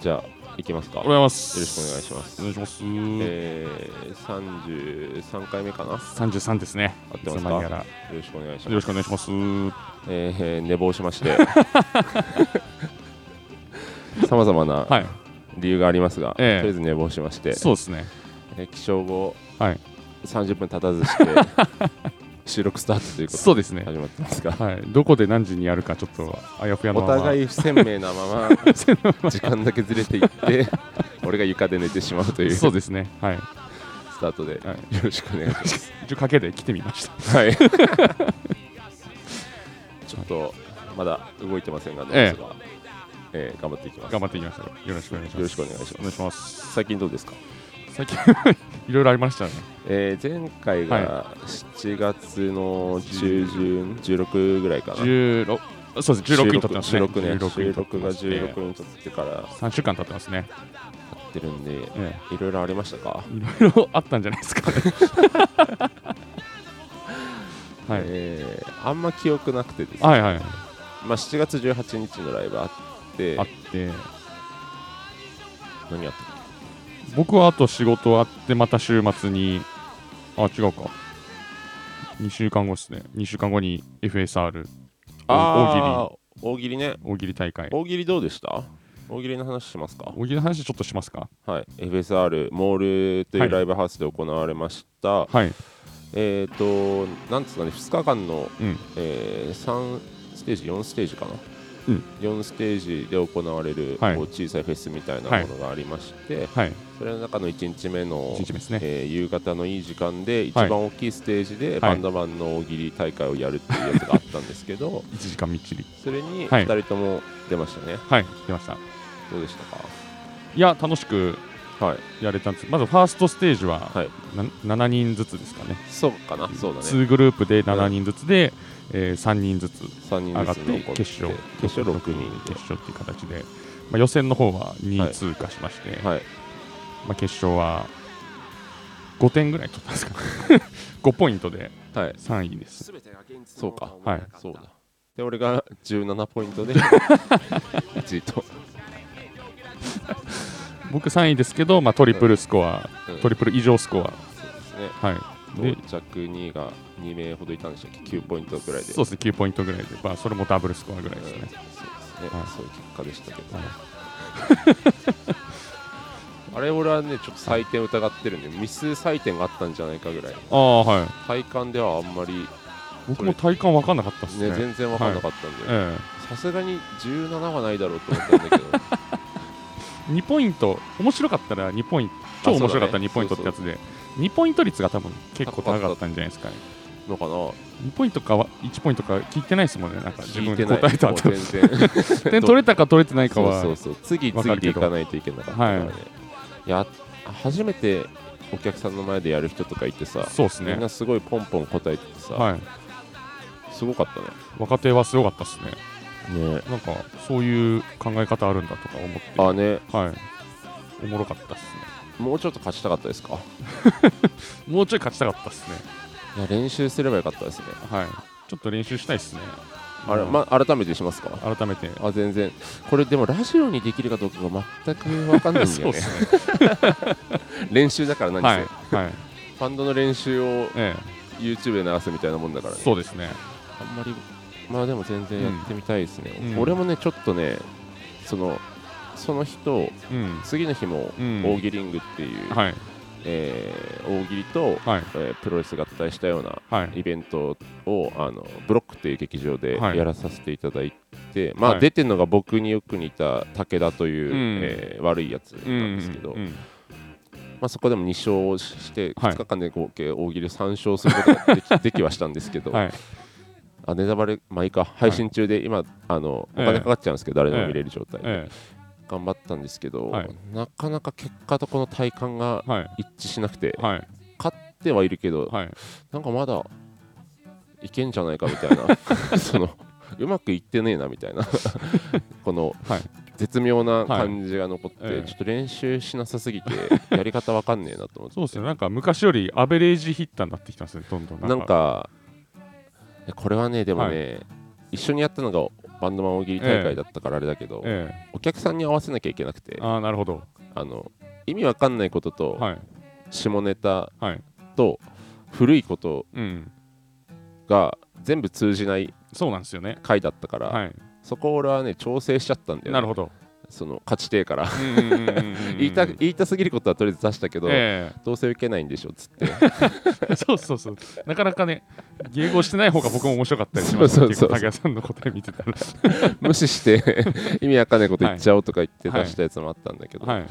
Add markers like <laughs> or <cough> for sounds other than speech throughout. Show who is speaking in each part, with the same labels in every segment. Speaker 1: じゃあいきますか
Speaker 2: おはようございます。
Speaker 1: よろしくお願いします
Speaker 2: お願いします。
Speaker 1: えー、33回目かな
Speaker 2: 三十三ですね。
Speaker 1: 合ってます
Speaker 2: いつ
Speaker 1: か
Speaker 2: の間にやら
Speaker 1: よ
Speaker 2: よ
Speaker 1: ろしくお願いします
Speaker 2: ろしくお願いします。
Speaker 1: えーえー寝坊しま
Speaker 2: <laughs>
Speaker 1: してさまざまな
Speaker 2: はい。
Speaker 1: 理由がありますが、
Speaker 2: ええ
Speaker 1: とりあえず寝坊しまして、
Speaker 2: そうですね。
Speaker 1: えー起床後
Speaker 2: はい。
Speaker 1: 30分経たずして
Speaker 2: <laughs>
Speaker 1: 収録スタートということ
Speaker 2: そうですね
Speaker 1: で。始まってますが
Speaker 2: はい。どこで何時にやるかちょっとあやふやの
Speaker 1: お
Speaker 2: まま。
Speaker 1: 互
Speaker 2: い。
Speaker 1: い不鮮明なまま時間だけずれていって俺が床で寝てしまうという
Speaker 2: <laughs> そうですね。はい。
Speaker 1: スタートで、
Speaker 2: は
Speaker 1: よろしくお願いします。
Speaker 2: 一応賭けで来てみました。 <laughs>
Speaker 1: はい。 <laughs> ちょっとまだ動いてませんが、どうですが、ええ頑張っていきます。
Speaker 2: 頑張っていきましょう。よろしくお願いします。
Speaker 1: よろしくお願いします
Speaker 2: お願いします。
Speaker 1: 最近どうですか。
Speaker 2: 最近 <laughs> いろいろありましたね。
Speaker 1: えー、前回が7月の中旬、16ぐらいかな。
Speaker 2: 十六。そうです。十六に撮ってますね。
Speaker 1: 16ね。
Speaker 2: に
Speaker 1: 収
Speaker 2: 撮って
Speaker 1: 録が
Speaker 2: まして
Speaker 1: 16にとってから
Speaker 2: 三週間経ってますね。
Speaker 1: やってるんで、
Speaker 2: え
Speaker 1: いろいろありましたか。
Speaker 2: え。いろいろあったんじゃないですか
Speaker 1: <laughs>
Speaker 2: ね。はい。
Speaker 1: えーあんま記憶なくてですね。
Speaker 2: はいはい。
Speaker 1: まあ7月18日のライブあって
Speaker 2: あ、って、
Speaker 1: 何やったっ
Speaker 2: 僕はあと仕事あって、また週末に、あ、違うか。2週間後ですね。2週間後に FSR
Speaker 1: け。
Speaker 2: 大
Speaker 1: あー大喜利ね。
Speaker 2: 喜利大喜利大会。
Speaker 1: 大喜利どうでした大喜利の話しますか
Speaker 2: 大喜利の話ちょっとしますか。
Speaker 1: はい、FSR モールとい
Speaker 2: は
Speaker 1: う
Speaker 2: い
Speaker 1: ライブハウスで行われました、
Speaker 2: はい。
Speaker 1: えっ、となんですかね2日間の、
Speaker 2: うん。
Speaker 1: えー3ステージ4ステージかな、
Speaker 2: うん
Speaker 1: 4ステージで行われる、
Speaker 2: はい
Speaker 1: こう小さいフェスみたいな
Speaker 2: はい
Speaker 1: ものがありまして、
Speaker 2: はい。
Speaker 1: それの中の1日目の
Speaker 2: 1日目ですね。
Speaker 1: えー夕方のいい時間で一
Speaker 2: はい
Speaker 1: 番大きいステージで、
Speaker 2: い
Speaker 1: バンドマンの大喜利大会をやるっていうやつがあったんですけど
Speaker 2: 1時間みっちり。
Speaker 1: それに
Speaker 2: は
Speaker 1: 2
Speaker 2: い
Speaker 1: 人とも出ましたね、
Speaker 2: はい。出ました。
Speaker 1: どうでしたか
Speaker 2: いや、楽しく
Speaker 1: はい
Speaker 2: やれたんです。まずファーストステージは、
Speaker 1: はい
Speaker 2: な7人ずつですかね。
Speaker 1: そうかなそうだね
Speaker 2: 2グループで7人ずつで、え3人ずつ
Speaker 1: 3人
Speaker 2: 上が
Speaker 1: ず
Speaker 2: っ
Speaker 1: つ
Speaker 2: て
Speaker 1: 残って
Speaker 2: 決勝
Speaker 1: 決勝6人
Speaker 2: 決勝っていう形で、まあ、予選の方は2
Speaker 1: は
Speaker 2: 位
Speaker 1: い
Speaker 2: 通過しまして、
Speaker 1: で、はい、
Speaker 2: まあ、決勝は5点ぐらい取ったんですか <laughs> 5ポイントで
Speaker 1: はい、
Speaker 2: 3位です
Speaker 1: そうか、
Speaker 2: はい
Speaker 1: そうだ。で、俺が17ポイント
Speaker 2: <laughs>
Speaker 1: で1位と、
Speaker 2: 僕3位ですけど、まあ、トリプルスコア、
Speaker 1: うん
Speaker 2: トリプル以上スコア
Speaker 1: そうですね。
Speaker 2: はい
Speaker 1: 到
Speaker 2: で
Speaker 1: 着2位が2名ほどいたんでしたっけ、9ポイントくらいで。
Speaker 2: そうですね9ポイントぐらいで、まあ、それもダブルスコアぐらい
Speaker 1: うん
Speaker 2: で
Speaker 1: そう
Speaker 2: す
Speaker 1: です
Speaker 2: ね、
Speaker 1: ね
Speaker 2: はい
Speaker 1: そういう結果でしたけど、
Speaker 2: はい
Speaker 1: <laughs> あれ俺はねちょっと採点疑ってるんでミス採点があったんじゃないかぐらい
Speaker 2: ああはい
Speaker 1: 体感ではあんまり、ね
Speaker 2: 僕も体感分かんなかったですね
Speaker 1: 全然分かんなかったんで
Speaker 2: え
Speaker 1: さすがに17はないだろうと思ったんだけど
Speaker 2: え、2ポイント面白かったら2ポイント超面白かったら2ポイントってやつで、2ポイント率が多分結構高かったんじゃないですかね
Speaker 1: のかな
Speaker 2: 2ポイントかは1ポイントか聞いてないですもんね、なんか自
Speaker 1: 聞
Speaker 2: 分
Speaker 1: いて
Speaker 2: で
Speaker 1: ない
Speaker 2: 答えた
Speaker 1: もう
Speaker 2: 後
Speaker 1: 全
Speaker 2: <laughs>
Speaker 1: 然
Speaker 2: 点取れたか取れてないかは、
Speaker 1: そうそうそう次
Speaker 2: わか
Speaker 1: 次
Speaker 2: る
Speaker 1: で行
Speaker 2: けど
Speaker 1: かないといけなかったからね、、
Speaker 2: はい
Speaker 1: や初めてお客さんの前でやる人とかいてさ、
Speaker 2: そうです
Speaker 1: みん
Speaker 2: ね
Speaker 1: な、すごいポンポン答えててさ、
Speaker 2: はい、
Speaker 1: すごかった
Speaker 2: 若手はすごかったですね、
Speaker 1: ねね
Speaker 2: なんかそういう考え方あるんだとか思って、
Speaker 1: あね
Speaker 2: はい、おもろかったです
Speaker 1: もうちょっと勝ちたかったですか
Speaker 2: ね、もうちょい勝ちたかったですね、
Speaker 1: いや練習すればよかったですね
Speaker 2: はい、ちょっと練習したいですね、
Speaker 1: あれ、
Speaker 2: うん
Speaker 1: ま、改めてしますか
Speaker 2: 改めて、
Speaker 1: あ全然これでもラジオにできるかどうかが全く分かんないんだ
Speaker 2: <laughs> そ
Speaker 1: よ
Speaker 2: うで
Speaker 1: ね
Speaker 2: す
Speaker 1: <laughs>
Speaker 2: ね、
Speaker 1: 練習だから何
Speaker 2: は
Speaker 1: せ、
Speaker 2: い、はい、
Speaker 1: バンドの練習を
Speaker 2: え
Speaker 1: YouTube で流すみたいなもんだから
Speaker 2: え、
Speaker 1: ね
Speaker 2: そうですね、
Speaker 1: あんまり、まあでも全然やってみたいですね。
Speaker 2: うん
Speaker 1: 俺もね、ちょっとね、そのその日と
Speaker 2: うん、
Speaker 1: 次の日も
Speaker 2: うん
Speaker 1: 大喜利リングっていう、
Speaker 2: はい、
Speaker 1: えー大喜利と、
Speaker 2: はい、
Speaker 1: えープロレス合体したような
Speaker 2: はい、
Speaker 1: イベントをあのブロックっていう劇場で
Speaker 2: はい
Speaker 1: やらさせていただいて、まあ、
Speaker 2: はい
Speaker 1: 出てるのが僕によく似た武田という、
Speaker 2: うん
Speaker 1: えー悪いやつ
Speaker 2: うん
Speaker 1: なんですけど、
Speaker 2: うん
Speaker 1: まあ、そこでも2勝して
Speaker 2: はい
Speaker 1: 2日間で合計大喜利3勝することができ <laughs> できはしたんですけど。
Speaker 2: はい、
Speaker 1: あネタバレ、まあいいか、配信中で今、あのお
Speaker 2: ええ
Speaker 1: 金かかっちゃうんですけど、誰でも見れる状態、
Speaker 2: え
Speaker 1: 頑張ったんですけど、
Speaker 2: はい
Speaker 1: なかなか結果とこの体感が
Speaker 2: え、はい、
Speaker 1: 一致しなくて、
Speaker 2: はい、
Speaker 1: 勝ってはいるけど、
Speaker 2: はい、
Speaker 1: なんかまだいけんじゃないかみたい
Speaker 2: <laughs>
Speaker 1: な、そのうまくいってねえなみたいな、 <laughs> この、
Speaker 2: はい
Speaker 1: 絶妙な感じが残って、
Speaker 2: はいええ
Speaker 1: ちょっと練習しなさすぎて、やり方わかんねえなと思って。
Speaker 2: そうですね、なんか昔よりアベレージヒッターになってきたんですね、どんどん
Speaker 1: なんか、これはね、でもね、一緒にやったのがバンドマン大喜利大会だったからあれだけど、
Speaker 2: え
Speaker 1: お客さんに合わせなきゃいけなくて
Speaker 2: え。
Speaker 1: あ
Speaker 2: ああ、なるほど。
Speaker 1: の意味わかんないことと、
Speaker 2: はい。
Speaker 1: 下ネタ
Speaker 2: はい。
Speaker 1: と古いこと
Speaker 2: うん。
Speaker 1: が全部通じない
Speaker 2: そうなんですよね。
Speaker 1: 回だったから、
Speaker 2: はい。
Speaker 1: そこを俺はね調整しちゃったんだよ、ね、
Speaker 2: なるほど。
Speaker 1: その勝ち手から
Speaker 2: 言
Speaker 1: 言いた言いたすぎることはとりあえず出したけど、
Speaker 2: え
Speaker 1: どうせ受けないんでしょっつって
Speaker 2: え、 <laughs> そうそうそう。なかなかね、迎合してない方が僕も面白かったりします
Speaker 1: そ
Speaker 2: ね。
Speaker 1: うそうそう
Speaker 2: 結構、竹谷さんの答え見てたら。
Speaker 1: 無視
Speaker 2: <laughs>
Speaker 1: して意味わかんないこと言っちゃおうとか言って
Speaker 2: はい
Speaker 1: 出したやつもあったんだけど、
Speaker 2: はい。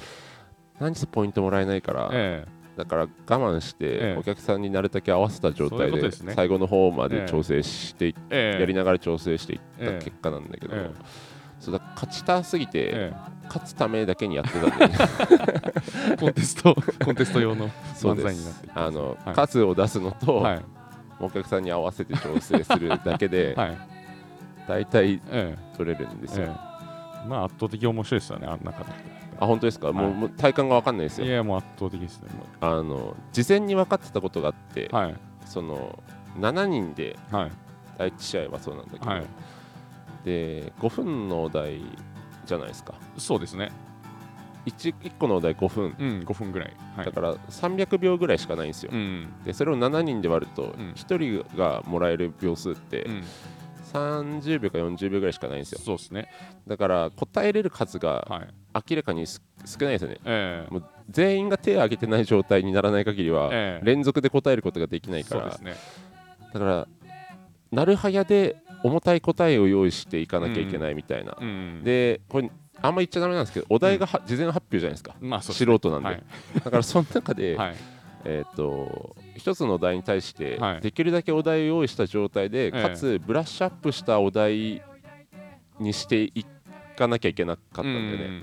Speaker 1: 何せポイントもらえないから、
Speaker 2: <laughs> え
Speaker 1: だから我慢して
Speaker 2: え
Speaker 1: お客さんになるだけ合わせた状
Speaker 2: そうい
Speaker 1: 態
Speaker 2: うこと
Speaker 1: で
Speaker 2: ですね
Speaker 1: 最後の方ま
Speaker 2: ええ
Speaker 1: で調整していっ
Speaker 2: え。ええ。
Speaker 1: やりながら調整していった
Speaker 2: ええ
Speaker 1: 結果なんだけど、
Speaker 2: え
Speaker 1: そうだから勝ちたすぎて、
Speaker 2: え
Speaker 1: 勝つためだけにやってたんで、ね、
Speaker 2: え。コンテスト、 <laughs> コンテスト用の
Speaker 1: <laughs> そう
Speaker 2: 漫
Speaker 1: で
Speaker 2: 才になっ
Speaker 1: す
Speaker 2: ていきます
Speaker 1: あの、
Speaker 2: はい
Speaker 1: 数を出すのと、
Speaker 2: はい。
Speaker 1: お客さんに合わせて調整するだけで、
Speaker 2: <laughs> はい。
Speaker 1: 大体
Speaker 2: ええ。
Speaker 1: 取れるんです
Speaker 2: ええ
Speaker 1: よ、
Speaker 2: まあ、圧倒的面白いですよね、あんな方。
Speaker 1: あ本当ですか、も
Speaker 2: は
Speaker 1: う
Speaker 2: い
Speaker 1: もう体感が分かんないです
Speaker 2: い
Speaker 1: よ
Speaker 2: や、もう圧倒的ですね。も
Speaker 1: あの事前に分かってたことがあって、
Speaker 2: うはい。
Speaker 1: その7人で
Speaker 2: はい。
Speaker 1: 第1試合はそうなんだけど、
Speaker 2: はい
Speaker 1: で5分のお題じゃないですか
Speaker 2: そうですね。
Speaker 1: 1, 個のお題5分
Speaker 2: うん、5分ぐらい。はい
Speaker 1: だ。から300秒ぐらいしかないんですよ、
Speaker 2: うん。
Speaker 1: でそれを7人で割ると
Speaker 2: ん
Speaker 1: 1人がもらえる秒数って
Speaker 2: うん。
Speaker 1: 30秒か40秒ぐらいしかないんですよ
Speaker 2: そうですね。
Speaker 1: だから答えれる数が
Speaker 2: はい。
Speaker 1: 明らかにす少ないですよね
Speaker 2: ええ
Speaker 1: もう全員が手を挙げてない状態にならない限りは
Speaker 2: ええ
Speaker 1: 連続で答えることができないか
Speaker 2: そう
Speaker 1: ら、
Speaker 2: ですね。
Speaker 1: だからなるはやで重たい答えを用意していかなきゃいけないみたいな、
Speaker 2: うん。
Speaker 1: でこれあんま言っちゃだめなんですけどお題がは、事前発表じゃないですか
Speaker 2: まあ、そうですね
Speaker 1: 素人なんで、
Speaker 2: はい
Speaker 1: だからその中
Speaker 2: <laughs>
Speaker 1: で、
Speaker 2: はい。
Speaker 1: えー、と一つのお題に対して、
Speaker 2: はい
Speaker 1: できるだけお題を用意した状態で、
Speaker 2: ええ
Speaker 1: かつブラッシュアップしたお題にしていかなきゃいけなかったんだよね、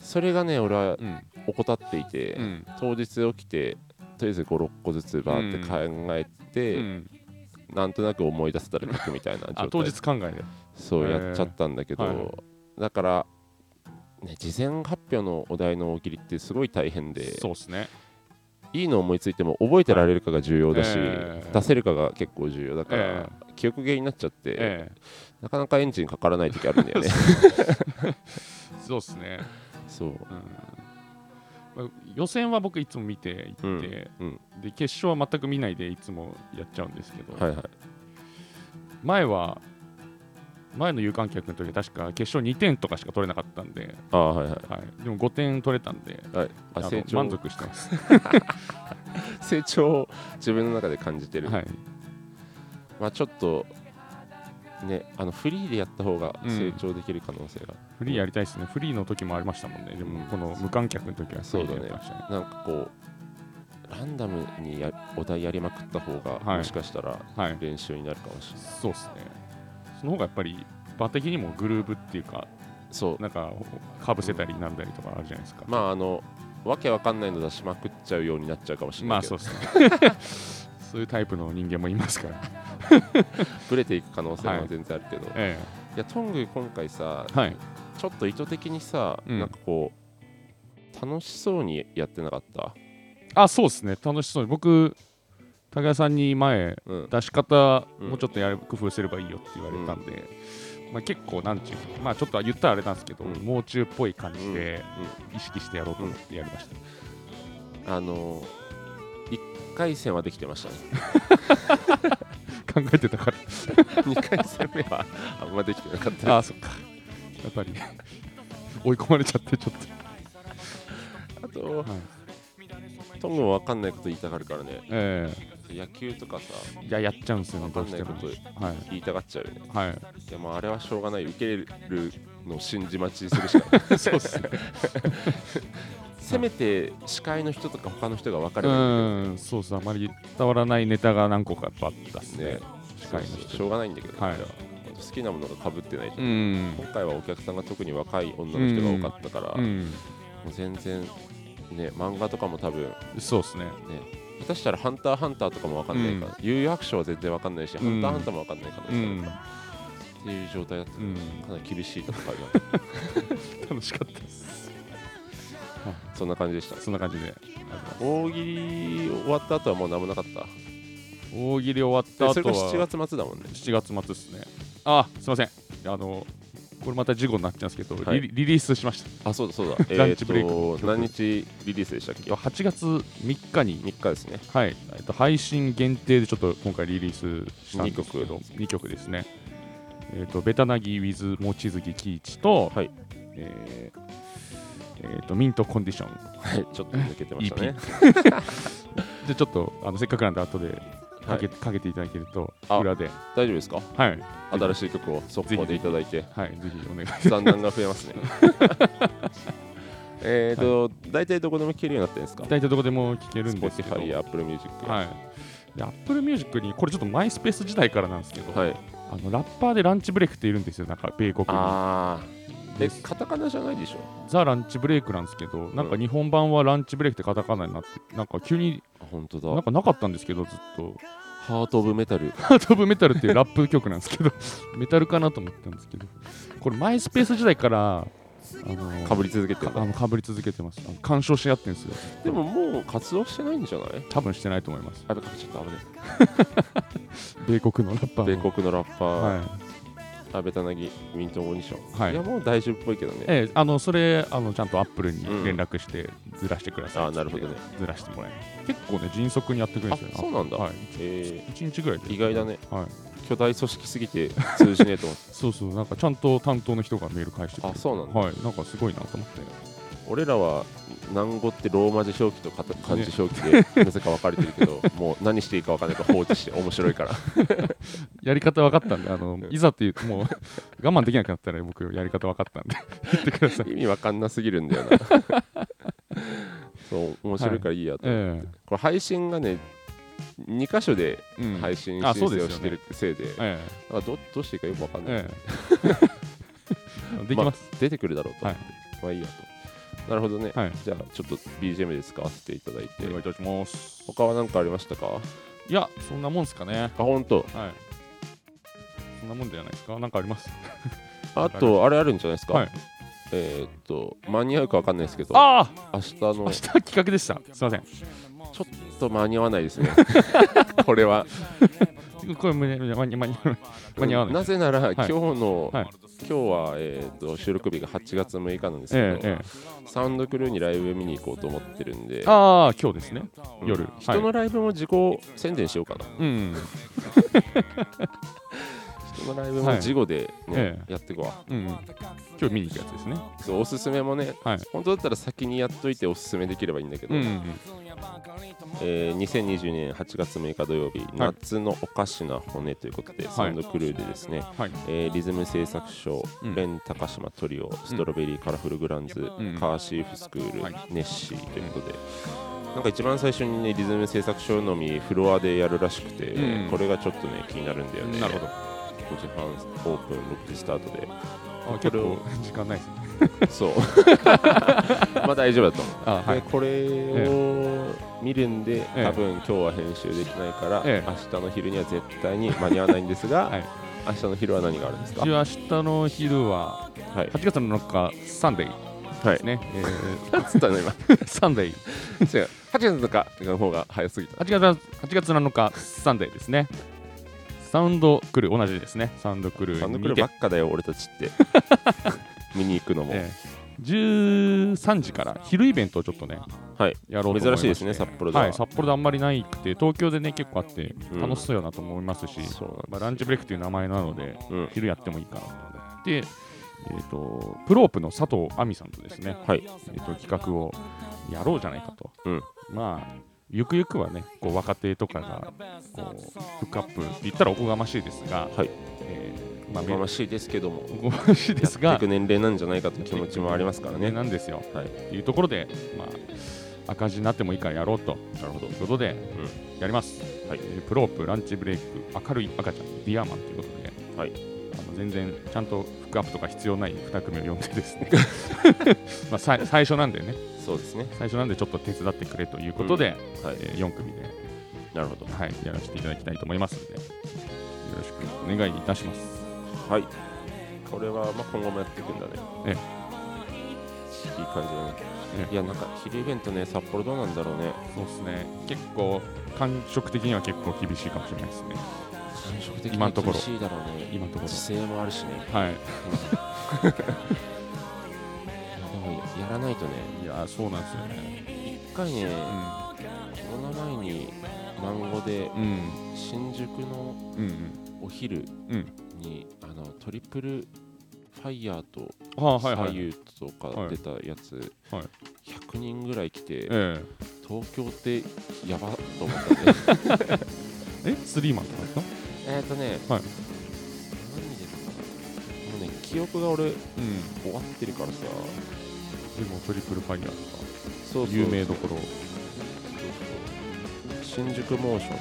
Speaker 1: それがね俺は
Speaker 2: うんうん
Speaker 1: 怠っていて、
Speaker 2: うん。うん
Speaker 1: 当日起きてとりあえず56個ずつバーって考えて、
Speaker 2: うん
Speaker 1: なんとなく思い出せたら書くみたいな
Speaker 2: あ
Speaker 1: 状
Speaker 2: 当
Speaker 1: 態
Speaker 2: 日考えで。
Speaker 1: そう
Speaker 2: へー
Speaker 1: やっちゃったんだけど、
Speaker 2: は
Speaker 1: だから、ね、事前発表のお題の大喜利ってすごい大変で
Speaker 2: そうですね。
Speaker 1: いいの思いついても覚えてられるかが重要だし、
Speaker 2: えー
Speaker 1: 出せるかが結構重要だから、
Speaker 2: え
Speaker 1: 記憶芸になっちゃって、
Speaker 2: え
Speaker 1: なかなかエンジンかからない時あるんだよね
Speaker 2: <laughs> え。そうですね。
Speaker 1: そう、
Speaker 2: うんまあ予選は僕いつも見て
Speaker 1: う
Speaker 2: 行っ
Speaker 1: ん
Speaker 2: て、
Speaker 1: うん、
Speaker 2: で決勝は全く見ないでいつもやっちゃうんですけど、
Speaker 1: はいはい
Speaker 2: 前は前の有観客の時は確か決勝2点とかしか取れなかったんで、
Speaker 1: ああはいは
Speaker 2: はい、でも5点取れたんで
Speaker 1: いはい
Speaker 2: あ
Speaker 1: あ
Speaker 2: の
Speaker 1: 成長
Speaker 2: 満足してます、
Speaker 1: 成長を自分の中で感じてる、
Speaker 2: はい、
Speaker 1: まあちょっとねあのフリーでやった方が
Speaker 2: うん
Speaker 1: 成長できる可能性が、
Speaker 2: フリーやりたいですねフリーの時もありましたもんねでも
Speaker 1: うん
Speaker 2: この無観客の時はフリーでやってましたね
Speaker 1: なんかこうランダムにやお題やりまくった方が、
Speaker 2: はい
Speaker 1: もしかしたら
Speaker 2: はい
Speaker 1: 練習になるかもしれない
Speaker 2: そうですねその方がやっぱり場的にもグルーブっていうか
Speaker 1: そう
Speaker 2: なんかかぶせたりなんだりとかあるじゃないですか、
Speaker 1: まああのわけわかんないの出しまくっちゃうようになっちゃうかもしれな
Speaker 2: まあ
Speaker 1: いけど、
Speaker 2: そうですね <laughs> そういうタイプの人間もいますから、
Speaker 1: ブレていく可能性
Speaker 2: は
Speaker 1: はい全然あるけど、い、
Speaker 2: え
Speaker 1: やトング今回さ
Speaker 2: え、はい
Speaker 1: ちょっと意図的にさ、
Speaker 2: うん
Speaker 1: なんかこう楽しそうにやってなかった
Speaker 2: あそうですね楽しそうに僕高谷さんに前
Speaker 1: うん
Speaker 2: 出し方
Speaker 1: うん
Speaker 2: もうちょっとやる工夫すればいいよって言われたんで、まあ、結構なんちゅうかまあちょっと言ったらあれなんですけど、
Speaker 1: うん
Speaker 2: もう中っぽい感
Speaker 1: う
Speaker 2: じ
Speaker 1: ん
Speaker 2: で
Speaker 1: うん
Speaker 2: 意識してやろうと思ってやりました、
Speaker 1: あの1回戦はできてま
Speaker 2: <laughs>
Speaker 1: したね
Speaker 2: 考えてたから
Speaker 1: 2回戦目はあんまできてなかった
Speaker 2: <laughs> ああそっかやっぱ <laughs> り追い込まれちゃってちょっ
Speaker 1: あと
Speaker 2: と、はい
Speaker 1: トングも分かんないこと言いたがるからね
Speaker 2: え
Speaker 1: 野球とかさ
Speaker 2: えいややっちゃうんですよね
Speaker 1: 分
Speaker 2: ど
Speaker 1: か
Speaker 2: うん
Speaker 1: な
Speaker 2: して
Speaker 1: い
Speaker 2: も
Speaker 1: こと
Speaker 2: はい
Speaker 1: 言いたがっちゃうよね
Speaker 2: はい
Speaker 1: いやもうあれはしょうがない受けるのを信じ待ちするし
Speaker 2: <laughs>
Speaker 1: かない
Speaker 2: そうっすね
Speaker 1: せめて司会の人とか他の人が分か
Speaker 2: う
Speaker 1: ればいい
Speaker 2: んそうそうあまり伝わらないネタが何個かやっぱあったっすね
Speaker 1: ね
Speaker 2: 司会の人
Speaker 1: しょうがないんだけど、
Speaker 2: はい
Speaker 1: あれは本当好きなものがかぶってないじゃ、
Speaker 2: うんん
Speaker 1: 今回はお客さんが特に若い女の人が多かったから、
Speaker 2: う
Speaker 1: も
Speaker 2: ん
Speaker 1: う全然ね漫画とかも多分ね
Speaker 2: そうですね
Speaker 1: 下手したら「ハンターハンター」とかも分かんないから、有役所は全然分かんないし「
Speaker 2: うん
Speaker 1: ハンターハンター」も分かんない可能
Speaker 2: う
Speaker 1: 性
Speaker 2: ん
Speaker 1: あるから、っていう状態だったか
Speaker 2: うん
Speaker 1: ら <laughs> かなり厳しい戦いが
Speaker 2: 楽しかったです
Speaker 1: そんな感じでした
Speaker 2: そんな感じで
Speaker 1: 大喜利終わった後はもう何もなかった
Speaker 2: 大喜利終わった
Speaker 1: でそれ
Speaker 2: 後
Speaker 1: が
Speaker 2: は
Speaker 1: 7月末だもんね
Speaker 2: 7月末ですねあすいませんあのこれまた事故になっちゃうんですけど、
Speaker 1: はい
Speaker 2: リリリースしました
Speaker 1: あそうだ <laughs> そうだ
Speaker 2: ラ
Speaker 1: え
Speaker 2: ンチブレイク
Speaker 1: ーと何日リリースでしたっ
Speaker 2: えっ
Speaker 1: け
Speaker 2: と8月3日に、
Speaker 1: 3日ですね
Speaker 2: はいえっと、配信限定でちょっと今回リリースしたんですけど
Speaker 1: 二
Speaker 2: 2曲ですね、えっとベタナギ with 望月喜一と、
Speaker 1: はい
Speaker 2: えーえっとミントコンディション
Speaker 1: はいちょっと抜けてましたね
Speaker 2: でちょっとあのせっかくなんで後でかけ,、
Speaker 1: は
Speaker 2: かけていただけると
Speaker 1: あ
Speaker 2: 裏で
Speaker 1: 大丈夫ですか
Speaker 2: はい、
Speaker 1: 新しい曲を速攻でいただいて
Speaker 2: はい、ぜひお願い
Speaker 1: 残念が増えます
Speaker 2: <laughs>
Speaker 1: ねえっと大体どこでも聴けるようになってるんですか
Speaker 2: いただいたとこでも聞けるんですけど
Speaker 1: Spotify や Apple Music
Speaker 2: はい、で Apple Music にこれちょっとマイスペース時代からなんですけど、
Speaker 1: はい
Speaker 2: あのラッパーでランチブレイクっているんですよなんか米国に
Speaker 1: ああ
Speaker 2: で
Speaker 1: えカタカナじゃないでしょ
Speaker 2: ザ・ランチブレイクなんですけどなんか日本版はランチブレイクってカタカナになってなんか急に
Speaker 1: あ本当
Speaker 2: なん
Speaker 1: だ
Speaker 2: かなかったんですけどずっと
Speaker 1: ハート・オブ・メタル
Speaker 2: ハート・オブ・メタルっていうラップ曲なんですけどメタルかなと思ったんですけどこれマイスペース時代からあの
Speaker 1: かぶり続けてる
Speaker 2: かあのかぶり続けてますあの干渉し合ってるんですよ
Speaker 1: でももう活動してないんじゃない
Speaker 2: 多分してないと思います
Speaker 1: あれかちょっと危ない
Speaker 2: 米国のラッパーの
Speaker 1: 米国のラッパー
Speaker 2: はい
Speaker 1: 阿部たなぎミントオーディション、
Speaker 2: はい
Speaker 1: い、やもう大丈夫っぽいけどね
Speaker 2: ええ、あのそれあのちゃんとアップルに連絡してずらしてください、
Speaker 1: あーなるほどね
Speaker 2: ずらしてもらいます結構ね迅速にやってくれるん
Speaker 1: あ
Speaker 2: ですよ
Speaker 1: そうなんだ、
Speaker 2: はい
Speaker 1: え
Speaker 2: 1日ぐらいで
Speaker 1: ー意外だね
Speaker 2: はい
Speaker 1: 巨大組織すぎて通じねえと思って
Speaker 2: そうそうなんかちゃんと担当の人がメール返してくれ
Speaker 1: あ
Speaker 2: る
Speaker 1: そうなんだ
Speaker 2: はいなんかすごいなと思って
Speaker 1: 俺らは南語ってローマ字表記とかた漢字表記でなぜか分かれてるけど、もう何していいか分かんないから放置して面白い
Speaker 2: <laughs>
Speaker 1: から
Speaker 2: やり方分かったんであのいざっていうともう我慢できなくなったら僕やり方分かったんで <laughs> 言ってください
Speaker 1: 意味分かんなすぎるんだよな
Speaker 2: <laughs>
Speaker 1: そう面白いからいいやと、
Speaker 2: え
Speaker 1: これ配信がね2箇所で
Speaker 2: えうん
Speaker 1: 配信
Speaker 2: あ
Speaker 1: 申
Speaker 2: そうで
Speaker 1: 請
Speaker 2: すよ
Speaker 1: を
Speaker 2: ね
Speaker 1: してるってせいで、
Speaker 2: え
Speaker 1: あどどうしていいかよく分かん
Speaker 2: え
Speaker 1: ない、
Speaker 2: ええできます、
Speaker 1: あ、出てくるだろうと思って、まあいいやとなるほどね、
Speaker 2: はい
Speaker 1: じゃあちょっと BGM で使わせていただいて
Speaker 2: お願いいたします
Speaker 1: 他は何かありましたかあ
Speaker 2: いやそんなもんすかね
Speaker 1: 本当
Speaker 2: はいそんなもんじゃないですかなんかあります
Speaker 1: あとあれあるんじゃないですか、
Speaker 2: はい
Speaker 1: えーっと間に合うか分かんないですけど
Speaker 2: ああ
Speaker 1: 明日
Speaker 2: 明
Speaker 1: の
Speaker 2: 日
Speaker 1: ち
Speaker 2: 企画でした。すみま
Speaker 1: ょっと間に合わないです
Speaker 2: <laughs>
Speaker 1: ねこれは
Speaker 2: せん。これ間に間に間に間に合わない。
Speaker 1: なぜなら、今日の、
Speaker 2: はい
Speaker 1: 今日は、えーっと収録日が8月6日なんですけど、
Speaker 2: えええ
Speaker 1: サウンドクルーにライブ見に行こうと思ってるんで
Speaker 2: え。ああ今日ですね。夜。は
Speaker 1: 人
Speaker 2: い。
Speaker 1: のライブも自己宣伝しようかな
Speaker 2: うん。
Speaker 1: 人のライブも事後で、ね
Speaker 2: はいえ
Speaker 1: やっていこう
Speaker 2: うん。今日見に行くやつですね。
Speaker 1: そうおすすめもね、
Speaker 2: はい
Speaker 1: 本当だったら先にやっといておすすめできればいいんだけど、
Speaker 2: うんうん。
Speaker 1: えー2022年8月6日土曜日、夏のおかしな骨ということで、サウンドクルーでですね、
Speaker 2: はい。
Speaker 1: えーリズム制作所、
Speaker 2: うん
Speaker 1: レン高島トリオ、ストロベリーカラフルグランズ、
Speaker 2: うん
Speaker 1: カーシーフスクール、
Speaker 2: はい
Speaker 1: ネッシーということで、なんか一番最初にね、リズム制作所のみフロアでやるらしくて、
Speaker 2: うん
Speaker 1: これがちょっとね、気になるんだよね。
Speaker 2: なるほど。
Speaker 1: 5時半オープン、6時スター
Speaker 2: <laughs>
Speaker 1: トで、
Speaker 2: あ結構時間ないですね。
Speaker 1: そう。
Speaker 2: <laughs>
Speaker 1: まあ大丈夫だと思う。
Speaker 2: あは
Speaker 1: で
Speaker 2: い。
Speaker 1: これを見るんで、
Speaker 2: ええ
Speaker 1: 多分今日は編集できないから、
Speaker 2: ええ
Speaker 1: 明日の昼には絶対に間に合わないんですが、
Speaker 2: <laughs> はい
Speaker 1: 明日の昼は何があるんですか、
Speaker 2: 一応明日の昼は
Speaker 1: はい、
Speaker 2: 8月の7日サンデー
Speaker 1: はい
Speaker 2: です、ね。え
Speaker 1: つったの今違う
Speaker 2: ー <laughs> サンデー。
Speaker 1: 8月とかの方が早すぎた
Speaker 2: 8月8月7日サンデーですね。サウンドクルー同じですね。サウンドクルー
Speaker 1: サンドクル
Speaker 2: に
Speaker 1: ーば
Speaker 2: て
Speaker 1: っかだよ俺たちって見に行くのも、
Speaker 2: ええ13時から昼イベントをちょっとね、
Speaker 1: はい
Speaker 2: やろうと思いま
Speaker 1: 珍しいですね札幌では
Speaker 2: はい、札幌であんまりないくて、東京でね、結構あって
Speaker 1: うん、
Speaker 2: 楽しそうやなと思います
Speaker 1: そう
Speaker 2: し、
Speaker 1: なんです
Speaker 2: まあ、ランチブレイクという名前なので、
Speaker 1: うん
Speaker 2: 昼やってもいいかなと思って、えー、とプロープの佐藤亜美さんとですね、
Speaker 1: はい
Speaker 2: えー、と企画をやろうじゃないかと、
Speaker 1: うん
Speaker 2: まあ、ゆくゆくはね、こう若手とかがこうフックアップって言ったらおこがましいですが、
Speaker 1: はい
Speaker 2: えーま
Speaker 1: まあ
Speaker 2: あ、め
Speaker 1: ま
Speaker 2: おこ
Speaker 1: ましいですけども
Speaker 2: がましいです
Speaker 1: や
Speaker 2: が
Speaker 1: ってい、く年齢なんじゃないかという気持ちもありますからね
Speaker 2: ね、
Speaker 1: な
Speaker 2: なんですよ。
Speaker 1: はい
Speaker 2: っていうところで、まあ、赤字になってもいいからやろうと
Speaker 1: るほど
Speaker 2: いうことで、
Speaker 1: う
Speaker 2: やります、
Speaker 1: はい
Speaker 2: えープロープ、ランチブレイク、明るい赤ちゃん、ディアーマンということで、
Speaker 1: はい
Speaker 2: あの全然ちゃんとフックアップとか必要ない2組を呼んでです
Speaker 1: <laughs>
Speaker 2: ね、まあ、さい最初なんでね、
Speaker 1: そうですね
Speaker 2: 最初なんでちょっと手伝ってくれということで、
Speaker 1: はい
Speaker 2: え4組で、
Speaker 1: なるほど
Speaker 2: はい、やらせていただきたいと思いますので、よろしくお願いいたします。
Speaker 1: はいこれはまあ今後もやっていくんだね
Speaker 2: え
Speaker 1: いい感じだね、
Speaker 2: ええ
Speaker 1: いやなんか昼イベントね札幌どうなんだろうね
Speaker 2: そうですね結構感触的には結構厳しいかもしれないですね。
Speaker 1: 最終的
Speaker 2: 今
Speaker 1: に
Speaker 2: のとこ
Speaker 1: 厳
Speaker 2: ろ
Speaker 1: しいだろうね
Speaker 2: 今のところ
Speaker 1: 時勢もあるしね
Speaker 2: はい
Speaker 1: いやでもやらないとね
Speaker 2: いやーそうなんですよね
Speaker 1: 一回ねコロナ前にマンゴで
Speaker 2: うん
Speaker 1: 新宿の
Speaker 2: うんうん
Speaker 1: お昼
Speaker 2: うん
Speaker 1: に、あのトリプルファイヤーと
Speaker 2: うんはあはいは
Speaker 1: 左
Speaker 2: い
Speaker 1: 右とか出たやつ、
Speaker 2: はい
Speaker 1: 100人ぐらい来て、
Speaker 2: え
Speaker 1: 東京ってやばと思 <laughs> ったね
Speaker 2: ええスリーマンとかですか
Speaker 1: えっとね、
Speaker 2: はい
Speaker 1: 何でかなもうね記憶が俺
Speaker 2: うん
Speaker 1: 終わってるからさ
Speaker 2: でもトリプルファイヤーとか
Speaker 1: そうそう
Speaker 2: 有名どころ
Speaker 1: 新宿モーション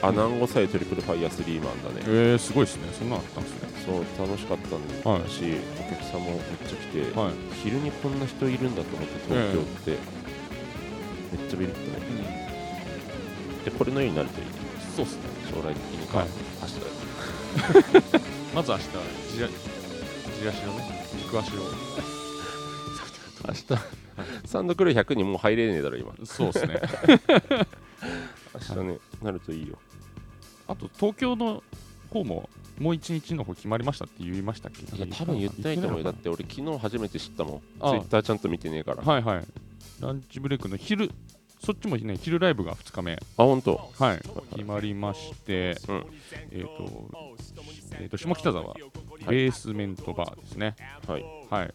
Speaker 1: あ南後祭トリプルファイヤースリーマンだね、
Speaker 2: えー、すごいですねそんなのあったんですね
Speaker 1: そう楽しかったんだし、
Speaker 2: はい
Speaker 1: お客さんもめっちゃ来て、
Speaker 2: はい、
Speaker 1: 昼にこんな人いるんだと思って東京って、めっちゃビビったねでこれのようになるといい
Speaker 2: そうですね
Speaker 1: 将来的にか、
Speaker 2: はい
Speaker 1: 明日
Speaker 2: まず明日地ら地足をね軸足を
Speaker 1: 明日サンドクルー100にもう入れねえだろ今
Speaker 2: そうですね
Speaker 1: 明日ね、なるといいよ
Speaker 2: <laughs> あと東京の方ももう一日の方決まりましたって言いましたっけ
Speaker 1: いや多分言ってないと思うよだ
Speaker 2: 言
Speaker 1: っ
Speaker 2: って
Speaker 1: 俺昨日初めて知ったもんツイ
Speaker 2: ああ
Speaker 1: ッターちゃんと見てねえから
Speaker 2: な
Speaker 1: あ
Speaker 2: かったはいはいランチブレイクの昼そっちもね昼ライブが2日目
Speaker 1: 本当
Speaker 2: はい決まりまして、
Speaker 1: うん
Speaker 2: えっ、と,、えー、と下北沢ベースメントバーですね
Speaker 1: はい
Speaker 2: はい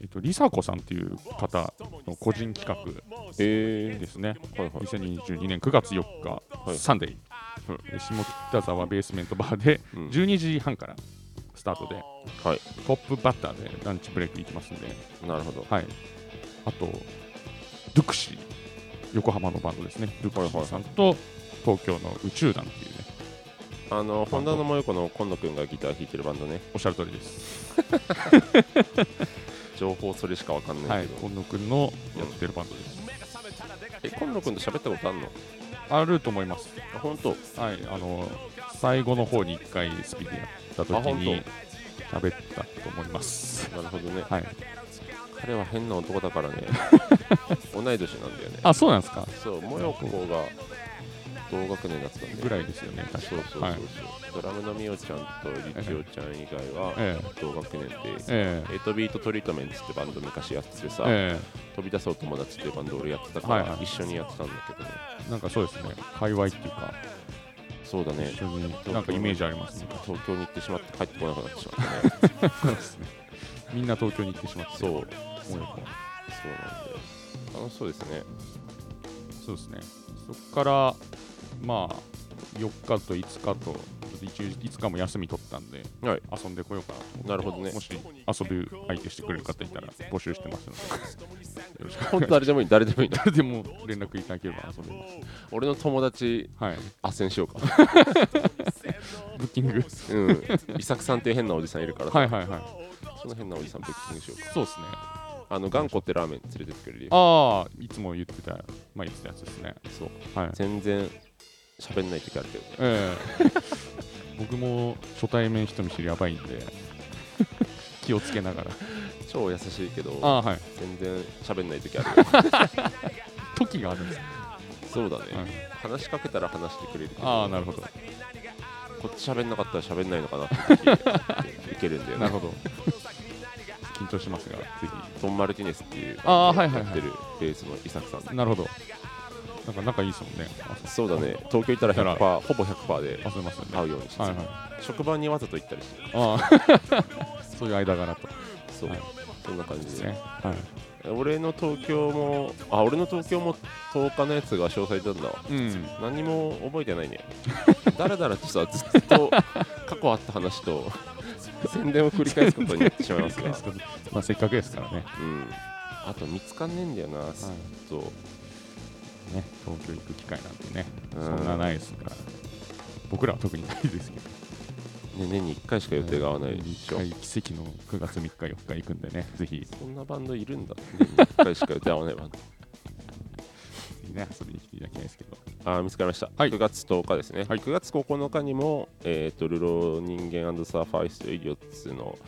Speaker 2: えっ、とりさこさんっていう方の個人企画
Speaker 1: え
Speaker 2: ですね、
Speaker 1: はいはい
Speaker 2: 2022年9月4日、
Speaker 1: はい
Speaker 2: サンデー、
Speaker 1: うん
Speaker 2: え下北沢ベースメントバーで
Speaker 1: ー、うん
Speaker 2: 12時半からスタートで、
Speaker 1: はい
Speaker 2: トップバッターでランチブレイク行きますんで、
Speaker 1: なるほど
Speaker 2: はい、あと、ドゥクシー、横浜のバンドですね、ドゥクシーさんと東京の宇宙団っていうね、
Speaker 1: あの本田のもよこの今野くんがギター弾いてるバンドね
Speaker 2: おっしゃる通りです、
Speaker 1: 情報それしかわかんな
Speaker 2: はいい、
Speaker 1: けど、
Speaker 2: 近野くんのやってるバンドです。
Speaker 1: え今野くんと喋ったことあんの
Speaker 2: あると思います、
Speaker 1: あ本当
Speaker 2: はい、あの最後の方に1回スピでやった時
Speaker 1: あ本
Speaker 2: に喋ったと思います。
Speaker 1: なるほどね
Speaker 2: はい、
Speaker 1: 彼は変な男だから
Speaker 2: <laughs>
Speaker 1: ね同い年なんだよね
Speaker 2: あ、そうなんですか。
Speaker 1: そうもよこが同学年だったんで
Speaker 2: ぐらいですよね、確か
Speaker 1: そうそうそうそう、
Speaker 2: はい
Speaker 1: ドラムのみおちゃんとりちおちゃん以外は
Speaker 2: ええ
Speaker 1: 同学年で、
Speaker 2: ええ
Speaker 1: エイトビートトリートメントってバンド昔やっててさ、
Speaker 2: え
Speaker 1: 飛び出すお友達っていうバンド俺やってたから、
Speaker 2: はいはい
Speaker 1: 一緒にやってたんだけどね
Speaker 2: えなんかそうですね、界隈っていうか、
Speaker 1: そうだね
Speaker 2: 一緒になんかイメージありますね。
Speaker 1: 東京に行ってしまって帰ってこなくなってしまったね
Speaker 2: <laughs> みんな東京に行ってしまって、
Speaker 1: そうそうなん
Speaker 2: も
Speaker 1: で
Speaker 2: うやっぱ
Speaker 1: 楽しそうですね
Speaker 2: そうですね。そこから、まあ、4日と5日と、ちょっと一応5日も休み取ったんで、
Speaker 1: はい
Speaker 2: 遊んでこようかなと思って
Speaker 1: なるほどね
Speaker 2: もし遊ぶ相手してくれる方いたら募集してますので、よろしくお
Speaker 1: <laughs> 本
Speaker 2: 願
Speaker 1: 当
Speaker 2: いします。
Speaker 1: 誰でもいい誰でもいいな
Speaker 2: 誰でも連絡いただければ遊べます。
Speaker 1: 俺の友達
Speaker 2: はい。
Speaker 1: 斡旋しようか
Speaker 2: ブッキング。
Speaker 1: うん、伊作さんっていう変なおじさんいるからさ、
Speaker 2: はいはいはい。
Speaker 1: その変なおじさんブッキングしよう
Speaker 2: そうですね。
Speaker 1: かあの頑固ってラーメン連れてってくれるよ
Speaker 2: ああ、いつも言ってた、まあ言ってたやつですね。
Speaker 1: そう
Speaker 2: はい。
Speaker 1: 全然喋んない時あるけどね
Speaker 2: ええ僕も初対面人見知りやばいんで、気をつけながら。
Speaker 1: 超優しいけど
Speaker 2: ああ、はい。
Speaker 1: 全然喋んない時あるよ
Speaker 2: 時があるんですね。
Speaker 1: そうだね、
Speaker 2: はい
Speaker 1: 話しかけたら話してくれるけど
Speaker 2: ああ、なるほど。
Speaker 1: こっち喋んなかったら喋んないのかなって時い
Speaker 2: <laughs>
Speaker 1: けるんだよ
Speaker 2: な
Speaker 1: ね
Speaker 2: るほど。緊張しますが、ぜ
Speaker 1: トン・マルティネスっていう
Speaker 2: あ
Speaker 1: や
Speaker 2: あはいはいはい
Speaker 1: ってるベースの伊作さん
Speaker 2: ひ。なるほど。なんか仲いいですもんね。
Speaker 1: そうだね東京行ったら100%ほぼ100%で
Speaker 2: 遊びますよね。
Speaker 1: 会うようにして、
Speaker 2: はいはい。
Speaker 1: 職場にわざと行ったりして
Speaker 2: ああ、 <laughs> そういう間柄と。
Speaker 1: そう、
Speaker 2: はい
Speaker 1: そんな感じで
Speaker 2: ね。はい。
Speaker 1: 俺の東京もあ俺の東京も10日のやつが詳細だんだわ
Speaker 2: うん。
Speaker 1: 何も覚えてない
Speaker 2: <laughs>
Speaker 1: ねだらだらとさずっと過去あった話と宣伝を繰り返すことになってしまいますが、う
Speaker 2: まあ、せっかくですからね。
Speaker 1: ん、あと見つかんねえんだよな、ずっと
Speaker 2: ね、東京行く機会なんてね、
Speaker 1: うん
Speaker 2: そんなないですから。僕らは特にないですけど。
Speaker 1: ね年に1回しか予定が合わないでしょ、
Speaker 2: はい奇跡の9月3日、4日行くんでね、ぜひ、ぜ
Speaker 1: そんなバンドいるんだ年に1回しか予定合わないバンド
Speaker 2: ひね、遊びに来ていただきたいですけど。
Speaker 1: あー見つかりました、
Speaker 2: はい
Speaker 1: 9月10日ですね、
Speaker 2: はい
Speaker 1: 9月9日にも、えー、とルロ人間サーファーイストイディオッツの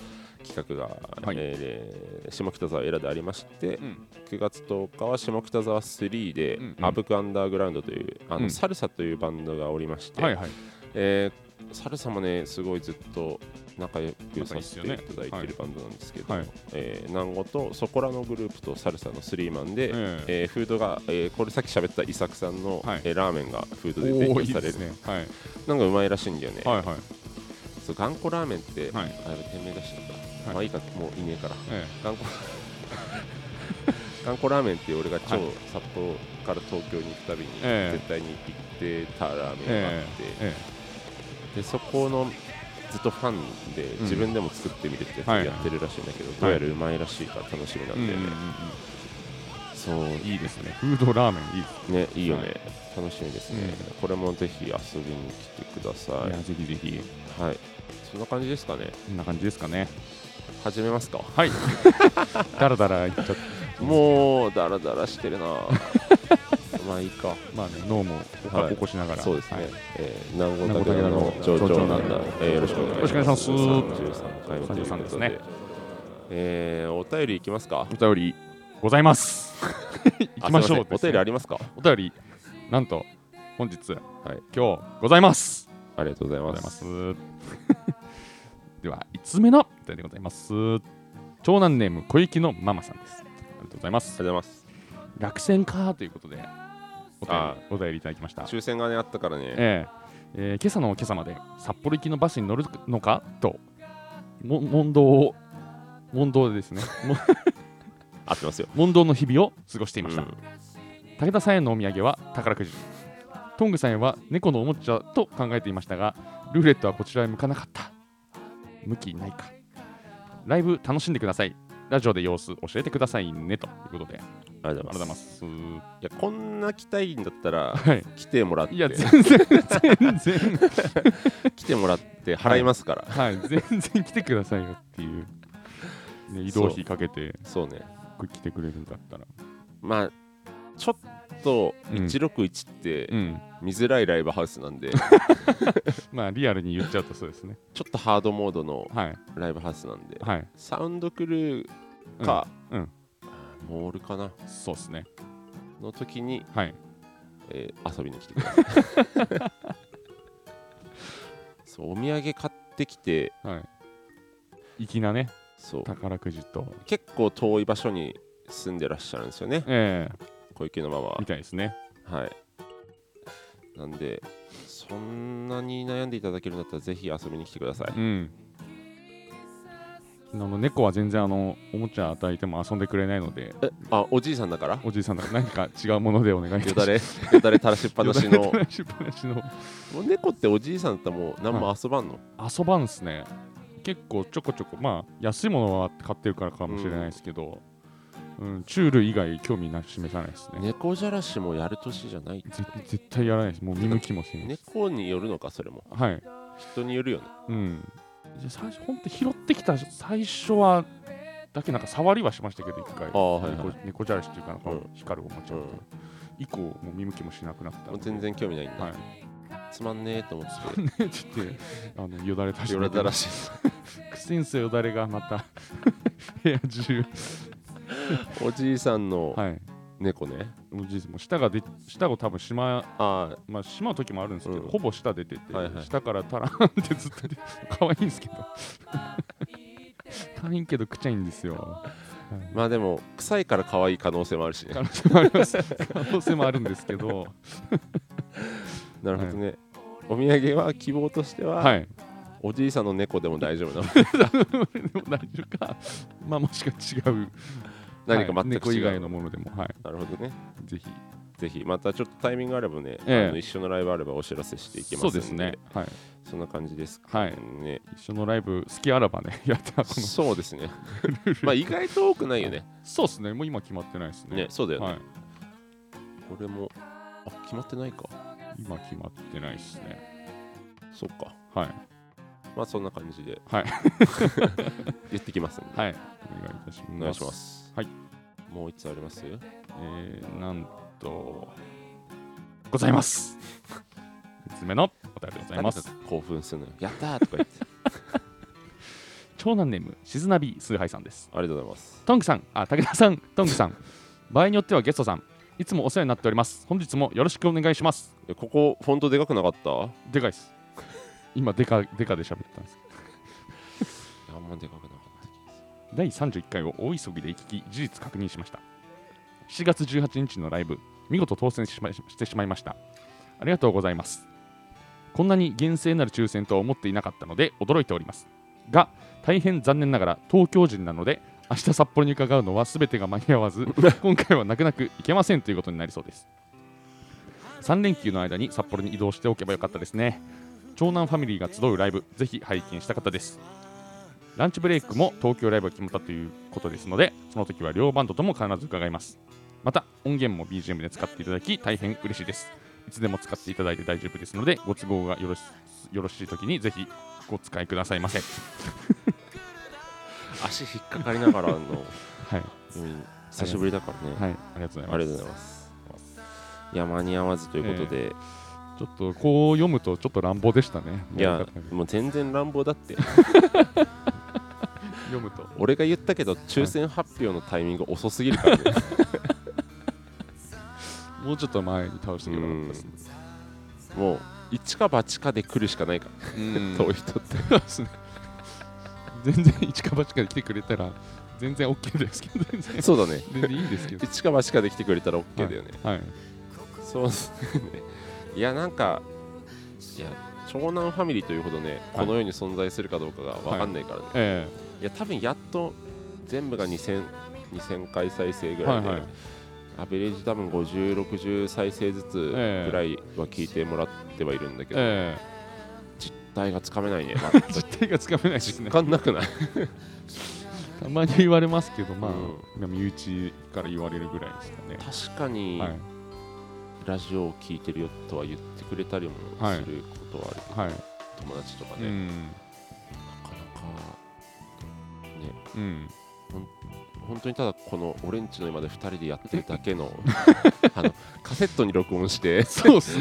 Speaker 1: 企画が、
Speaker 2: はい
Speaker 1: えー下北沢エラでありまして、
Speaker 2: うん。
Speaker 1: 9月10日は下北沢3で、
Speaker 2: うんうん
Speaker 1: アブクアンダーグラウンドというあの、
Speaker 2: うん
Speaker 1: サルサというバンドがおりまして、
Speaker 2: はいはい。
Speaker 1: えーサルサもねすごいずっと仲良く
Speaker 2: 仲い
Speaker 1: さ
Speaker 2: いっす
Speaker 1: せ
Speaker 2: よ
Speaker 1: て
Speaker 2: ね
Speaker 1: いただいてるバンドなんですけど、
Speaker 2: はい。
Speaker 1: えー、南語とソコラのグループとサルサのスリーマンで、え
Speaker 2: ええ
Speaker 1: ーフードが、えーこれさっき喋った伊作さんの、
Speaker 2: はい
Speaker 1: えーラーメンがフードで提
Speaker 2: おお
Speaker 1: 供
Speaker 2: いい
Speaker 1: さ
Speaker 2: で
Speaker 1: れ
Speaker 2: す
Speaker 1: る、
Speaker 2: ね。はい。
Speaker 1: なんかうまいらしいんだよね、
Speaker 2: はいはい。
Speaker 1: そう頑固ラーメンって、
Speaker 2: はい。
Speaker 1: あやべ店名出しちゃった、
Speaker 2: はい
Speaker 1: まあいいかもういねえから
Speaker 2: え
Speaker 1: 頑固頑固ラーメンって俺が超、
Speaker 2: はい
Speaker 1: 札幌から東京に行くたびに
Speaker 2: ええ
Speaker 1: 絶対に行ってたラーメンがあって
Speaker 2: え、え
Speaker 1: でそこのずっとファンで
Speaker 2: ん
Speaker 1: 自分でも作ってみるってやつ
Speaker 2: はい
Speaker 1: やってるらしいんだけど、どうやらうまいらしいから楽しみなん
Speaker 2: え
Speaker 1: だよね、
Speaker 2: え
Speaker 1: そう
Speaker 2: いいですね。フードラーメンいいです
Speaker 1: ねいいよね、
Speaker 2: は
Speaker 1: 楽しみですね、
Speaker 2: う
Speaker 1: これもぜひ遊びに来てくださ
Speaker 2: ね。いや
Speaker 1: い
Speaker 2: ぜひぜひ。
Speaker 1: はいそんな感じですかね
Speaker 2: こんな感じですかね。
Speaker 1: 始めますか <laughs>
Speaker 2: はい。 <laughs> だらだらいっちゃって。
Speaker 1: もうダラダラして <laughs> るなまあいいか
Speaker 2: まあね、脳もポカポコしながら。
Speaker 1: そうですね、
Speaker 2: はい
Speaker 1: えー、南郷武田の上長なんだ、えーよろしくお願いします
Speaker 2: よろしくお願い
Speaker 1: 33回目ということ
Speaker 2: 33ですね
Speaker 1: えーお便りいきますか
Speaker 2: お便りござ
Speaker 1: <laughs>
Speaker 2: います。行きましょう
Speaker 1: あすいせんお便りあ
Speaker 2: り
Speaker 1: りますか
Speaker 2: お便り、なんと、本日、
Speaker 1: い
Speaker 2: 今日ございます。
Speaker 1: ありがとうござい
Speaker 2: ご
Speaker 1: ま
Speaker 2: ざいますす。 <laughs> では、5つ目のお便りでございます。長男ネーム、小雪のママさんです。ありがとうございます。
Speaker 1: ありがとうございます
Speaker 2: 落選かということでお便
Speaker 1: あ
Speaker 2: りお便りいただきました。
Speaker 1: 抽選がねあったからね
Speaker 2: えええー今朝の今朝まで札幌行きのバスに乗るのかとも問答を問答でですねも <laughs>
Speaker 1: 合ってますよ
Speaker 2: 問答の日々を過ごしていました、
Speaker 1: うん
Speaker 2: 武田さんへのお土産は宝くじトングさんへは猫のおもちゃと考えていましたがルーレットはこちらへ向かなかった向きないかライブ楽しんでくださいラジオで様子教えてくださいねということで
Speaker 1: ありがとうご
Speaker 2: あり
Speaker 1: ざい
Speaker 2: がとうござい
Speaker 1: ま
Speaker 2: ますす
Speaker 1: いやこんな来たいんだった <laughs> ら
Speaker 2: はい
Speaker 1: 来てもらって
Speaker 2: いや全然全然
Speaker 1: 来てもらって払いますから、
Speaker 2: はい、全然来てくださいよっていう、ね、移動費かけて
Speaker 1: そうね
Speaker 2: 来てくれるんだったら、
Speaker 1: まあちょっと
Speaker 2: うん
Speaker 1: 161って
Speaker 2: うん、
Speaker 1: 見づらいライブハウス <laughs> なんで、
Speaker 2: まあリアルに言っちゃうとそうですね
Speaker 1: ちょっとハードモードの
Speaker 2: はい
Speaker 1: ライブハウスなんで
Speaker 2: はい、
Speaker 1: サウンドクル
Speaker 2: う
Speaker 1: ー
Speaker 2: ん
Speaker 1: か、
Speaker 2: うんうん
Speaker 1: モールかな
Speaker 2: そうですね
Speaker 1: の時に、
Speaker 2: はい
Speaker 1: えー遊びに来てください <laughs> そうお土産買ってきて
Speaker 2: はい粋なね
Speaker 1: そう
Speaker 2: 宝くじと
Speaker 1: 結構遠い場所に住んでらっしゃるんですよね
Speaker 2: え
Speaker 1: 小池のママ
Speaker 2: え
Speaker 1: は
Speaker 2: みたいですね
Speaker 1: はい。なんで、そんなに悩んでいただけるんだったら、ぜひ遊びに来てください。
Speaker 2: うんあの猫は全然あのおもちゃ与えても遊んでくれないので
Speaker 1: え、あ、おじいさんだ
Speaker 2: <laughs>
Speaker 1: から
Speaker 2: おじいさんだから何か違うものでお願いいた
Speaker 1: よ
Speaker 2: し
Speaker 1: だ
Speaker 2: ます
Speaker 1: れ、よだれ垂らしっぱなしの。
Speaker 2: よ
Speaker 1: も
Speaker 2: だれ垂らしっぱなしの
Speaker 1: う猫っておじいさんだったらもう何も遊ばんの、
Speaker 2: 遊ばんすね結構ちょこちょこまあ安いものは買ってるからかもしれないですけど、うんチュール以外興味な示さないですね
Speaker 1: 猫じゃらしもやる年じゃない。
Speaker 2: ぜ絶対やらないですもう見向きもせん、
Speaker 1: 猫によるのか、それも。
Speaker 2: はい
Speaker 1: 人によるよね。
Speaker 2: うんじゃあ最初ほんと拾ってきた最初はだけなんか触りはしましたけど一回
Speaker 1: ああ、はいはい
Speaker 2: 猫。猫じゃらしっていうかなんか
Speaker 1: うん
Speaker 2: 光るおもちゃ、
Speaker 1: うん
Speaker 2: 以降もう見向きもしなくなった
Speaker 1: もう全然興味ないんだ。
Speaker 2: はい <laughs>
Speaker 1: つまんねえと思っ
Speaker 2: ねちょっとあのよだれた
Speaker 1: て。
Speaker 2: して
Speaker 1: よだらしい。
Speaker 2: <laughs> くせんすよだれがまた <laughs> 部屋中
Speaker 1: おじいさんの
Speaker 2: はい
Speaker 1: 猫ね。
Speaker 2: もう実もう舌がで舌を多分しま,、
Speaker 1: あ
Speaker 2: まあ、しまう時もあるんですけど、
Speaker 1: うん
Speaker 2: ほぼ舌出てて、
Speaker 1: はいはい
Speaker 2: 舌からタラーンってずっと出て可愛いんですけど <laughs> 可愛いけどくちゃいんですよ
Speaker 1: あ、まあでも、臭いから可愛い可能性もあるしね
Speaker 2: 可。能性もあります可能性もあるんですけど
Speaker 1: なるほどね。お土産は希望としては、
Speaker 2: はい
Speaker 1: おじいさんの猫でも大丈夫なの <laughs>
Speaker 2: <laughs> でも大丈夫かまあもしくは違う
Speaker 1: 何か
Speaker 2: はい
Speaker 1: 全く
Speaker 2: 猫
Speaker 1: 違
Speaker 2: 以
Speaker 1: う、
Speaker 2: 外のものでもはい
Speaker 1: なるほどね
Speaker 2: ぜひ
Speaker 1: ぜひまたちょっとタイミングあればね、
Speaker 2: ええ
Speaker 1: あの一緒のライブあればお知らせしていきます
Speaker 2: そ
Speaker 1: ん
Speaker 2: うですねはい
Speaker 1: そんな感じです
Speaker 2: は
Speaker 1: か
Speaker 2: い
Speaker 1: ね、
Speaker 2: 一緒のライブ好きあらばねやったこの
Speaker 1: そうですね <laughs> まあ意外と多くないよね
Speaker 2: そうですねもう今決まってないですね
Speaker 1: ねそうだよね、
Speaker 2: はい
Speaker 1: これもあ決まってないか
Speaker 2: 今決まってないですね
Speaker 1: そっか
Speaker 2: はい
Speaker 1: まあそんな感じで、
Speaker 2: はい
Speaker 1: 言ってきますんで、
Speaker 2: <laughs> はい、お願いいたします。
Speaker 1: お願いします
Speaker 2: はい
Speaker 1: もう一つあります
Speaker 2: えー、なんと、ござい <laughs> ます。3つ目のお便りでございます。
Speaker 1: なんか興奮するのよやったーとか言って
Speaker 2: 長男ネーム、しずなび崇拝さんです。
Speaker 1: ありがとうございます
Speaker 2: トングさん、あ、武田さん、トングさん、場合によってはゲストさん、いつもお世話になっております。本日もよろしくお願いします。
Speaker 1: えここフォントでかくなかった
Speaker 2: でかいです。今デカデカで喋ったんですけ
Speaker 1: あんまでかくなかった気がする
Speaker 2: ど第31回を大急ぎで行き事実確認しました7月18日のライブ見事当選しましてしまいましたありがとうございますこんなに厳正なる抽選とは思っていなかったので驚いておりますが大変残念ながら東京人なので明日札幌に伺うのは全てが間に合わず今回は泣く泣く行けませんということになりそうです3連休の間に札幌に移動しておけばよかったですね長男ファミリーが集うライブぜひ拝見したかったですランチブレイクも東京ライブが決まったということですのでその時は両バンドとも必ず伺いますまた音源も BGM で使っていただき大変嬉しいですいつでも使っていただいて大丈夫ですのでご都合がよろしよろしい時にぜひご使いくださいませ
Speaker 1: 足引っかかりなが
Speaker 2: <laughs>
Speaker 1: らの
Speaker 2: はい、
Speaker 1: うん久しぶりだからね、
Speaker 2: はい、ありがとうござい
Speaker 1: あ
Speaker 2: ま
Speaker 1: り
Speaker 2: す
Speaker 1: がとうございますいや間に合わずということで、
Speaker 2: ちょっとこう読むとちょっと乱暴でしたね
Speaker 1: いやもう全然乱暴だって
Speaker 2: 読むと
Speaker 1: 俺が言ったけど抽選発表のタイミング遅すぎるからね
Speaker 2: <laughs> もうちょっと前に倒してくればよかったですね
Speaker 1: もう一か八かで来るしかないから
Speaker 2: うん
Speaker 1: 遠い人って
Speaker 2: そうですね全然一か八かで来てくれたら全然 OK ですけど全然 <laughs>
Speaker 1: そうだね
Speaker 2: 全然いいですけど
Speaker 1: 一か八かで来てくれたら OK だよね、
Speaker 2: はい
Speaker 1: そうですねいやなんかいや長男ファミリーというほどね、
Speaker 2: は
Speaker 1: こ
Speaker 2: い
Speaker 1: の世に存在するかどうかが分かんないからね、
Speaker 2: え
Speaker 1: い、や多分やっと全部が2000 2000回再生ぐ
Speaker 2: え
Speaker 1: ら
Speaker 2: はい
Speaker 1: で、
Speaker 2: いはい
Speaker 1: アベレージ多分5060再生ずつ
Speaker 2: ええ
Speaker 1: ぐらいは聞いてもらってはいるんだけど、
Speaker 2: え
Speaker 1: 実態がつかめない
Speaker 2: <laughs>
Speaker 1: ね、ま
Speaker 2: え
Speaker 1: あ、
Speaker 2: 実態がつかめないです
Speaker 1: 実
Speaker 2: ね
Speaker 1: 感なく
Speaker 2: <laughs>
Speaker 1: ない
Speaker 2: たまに言われますけどまあ、
Speaker 1: う
Speaker 2: でも身内から言われるぐらいですかね
Speaker 1: 確かに、
Speaker 2: はい
Speaker 1: ラジオを聞いてるよとは言ってくれたりも
Speaker 2: はい
Speaker 1: することはあるけど、
Speaker 2: はい
Speaker 1: 友達とか
Speaker 2: う
Speaker 1: ね、
Speaker 2: ん
Speaker 1: なかなか
Speaker 2: うん
Speaker 1: 本当にただこのオレンジの今で2人でやってるだけ
Speaker 2: <laughs>
Speaker 1: のあのカセットに録音して
Speaker 2: そうです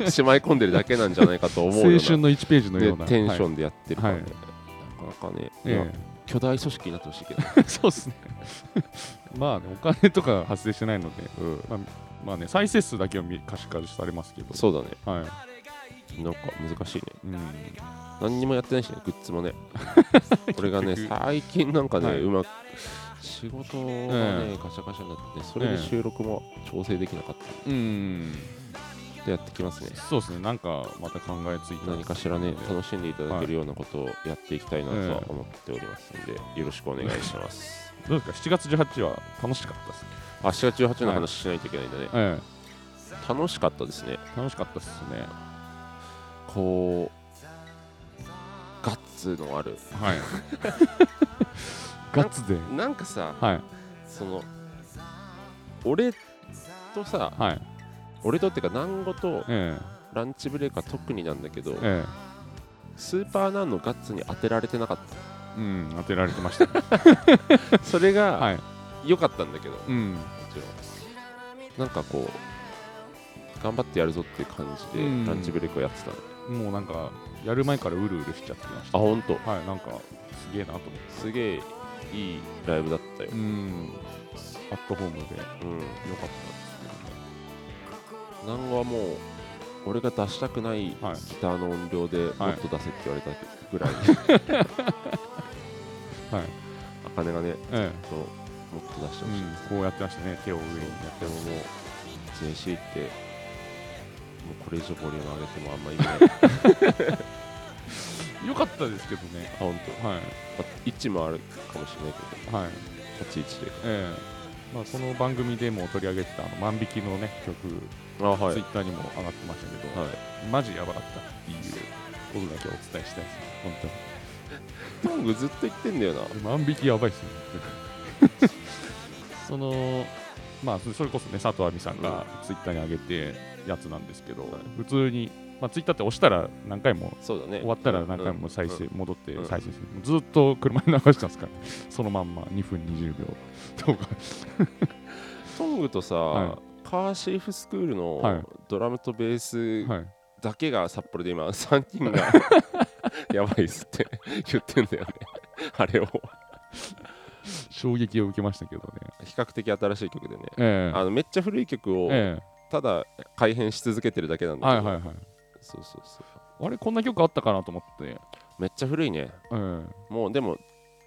Speaker 2: ね
Speaker 1: しまい込んでるだけなんじゃないかと思うような
Speaker 2: 青春の1ページのような、
Speaker 1: ねテンショ
Speaker 2: ン、
Speaker 1: ンでやってるからね、
Speaker 2: はい
Speaker 1: なかなかね、
Speaker 2: え
Speaker 1: ま
Speaker 2: え <laughs>
Speaker 1: あ巨大組織になってほしいけど、
Speaker 2: そうですね。 <laughs> まあね、お金とか発生してないので、
Speaker 1: うん
Speaker 2: まあね、再生数だけは見可視化されますけど、
Speaker 1: そうだね
Speaker 2: はい。
Speaker 1: なんか難しいね
Speaker 2: うん、
Speaker 1: 何にもやってないしねグッズも <laughs> ね俺がね
Speaker 2: 結局
Speaker 1: 最近なんかね、
Speaker 2: はいう
Speaker 1: まく仕事がね、
Speaker 2: え
Speaker 1: ガチャガチャになっててそれで収録も調整できなかった
Speaker 2: うん、
Speaker 1: んでやってきますね
Speaker 2: そうですね、なんかまた考えついた
Speaker 1: 何かしらね
Speaker 2: は
Speaker 1: 楽しんでいただけるようなことをやっていきたいなとは思っておりますので、よろしくお願いします <laughs>
Speaker 2: どうですか、7月18日は楽しかったですね。
Speaker 1: あ4月18の話しないといけないんだね、
Speaker 2: え
Speaker 1: 楽しかったですね
Speaker 2: え、楽しかったですね。
Speaker 1: こうガッツのある
Speaker 2: <laughs> はい。ガッツで、
Speaker 1: なんかさ
Speaker 2: はい、
Speaker 1: その俺とさ
Speaker 2: はい、
Speaker 1: 俺とってか南語と
Speaker 2: ええ、
Speaker 1: ランチブレイクは特になんだけど
Speaker 2: え
Speaker 1: スーパーナンのガッツに当てられてなかっ
Speaker 2: え、うん、当てられてました。 <laughs>
Speaker 1: たそれが
Speaker 2: はい、
Speaker 1: 良かったんだけども
Speaker 2: うん、
Speaker 1: ちろんなんかこう頑張ってやるぞっていう感じで
Speaker 2: うん
Speaker 1: ランチブレイクをやってたの
Speaker 2: もうなんか、やる前からうるうるしちゃってまし
Speaker 1: あ
Speaker 2: た。
Speaker 1: 本当
Speaker 2: はい、なんか、すげえなと思って。
Speaker 1: すげえいいライブだったよ
Speaker 2: う、ん、アットホームで良か
Speaker 1: うん、
Speaker 2: ったで
Speaker 1: 南語はもう俺が出したくないギ
Speaker 2: はい
Speaker 1: ターの音量で
Speaker 2: はい
Speaker 1: もっと出せって言われたぐらい、
Speaker 2: すはい、
Speaker 1: あかねがね
Speaker 2: え
Speaker 1: そうもっと出して
Speaker 2: え
Speaker 1: ほしい、
Speaker 2: うん、こうやってましたね、手を上にやって
Speaker 1: で
Speaker 2: ま
Speaker 1: も
Speaker 2: し
Speaker 1: もう JC ってもうこれ以上ボリューム上げてもあんま意味ない
Speaker 2: た。良かったですけどね、
Speaker 1: あ本
Speaker 2: は
Speaker 1: 当。まあ位置もあるかもしれないけ
Speaker 2: い、はい、
Speaker 1: ど立ち位置で
Speaker 2: ええまあ、この番組でも取り上げてたあの万引きのね曲、
Speaker 1: あは
Speaker 2: ツイッターにも上がってましたけど、
Speaker 1: はい
Speaker 2: マジやばかったっていうことだけお伝えしたいですね、本当に。
Speaker 1: トングずっと言ってんだよな
Speaker 2: 万引きやばいっすね
Speaker 1: <laughs>
Speaker 2: そのまあそそれこそね佐藤亜美さんがツイッターに上げてやつなんですけど、
Speaker 1: はい
Speaker 2: 普通に、まあ、ツイッターって押したら何回も
Speaker 1: そうだね
Speaker 2: 終わったら何回
Speaker 1: うん
Speaker 2: も再生、
Speaker 1: うん
Speaker 2: 戻って
Speaker 1: うん
Speaker 2: 再生する、ずっと車に流してたんですからそのまんま2分20秒とか
Speaker 1: トングとさ、
Speaker 2: は
Speaker 1: カーシェイフスクール
Speaker 2: はい
Speaker 1: のドラムとベース
Speaker 2: はい
Speaker 1: だけが札幌で <laughs> 今3人がやばいっすって <laughs> 言ってんだよねあれを
Speaker 2: 衝撃を受けましたけどね
Speaker 1: 比較的新しい曲でね
Speaker 2: え
Speaker 1: あのめっちゃ古い曲を
Speaker 2: ええ
Speaker 1: ただ改変し続けてるだけなん
Speaker 2: え
Speaker 1: だ
Speaker 2: は
Speaker 1: け
Speaker 2: い
Speaker 1: ど、
Speaker 2: はいはい
Speaker 1: そうそうそう
Speaker 2: あれこんな曲あったかなと思って、
Speaker 1: めっちゃ古いね
Speaker 2: うん、
Speaker 1: もうでも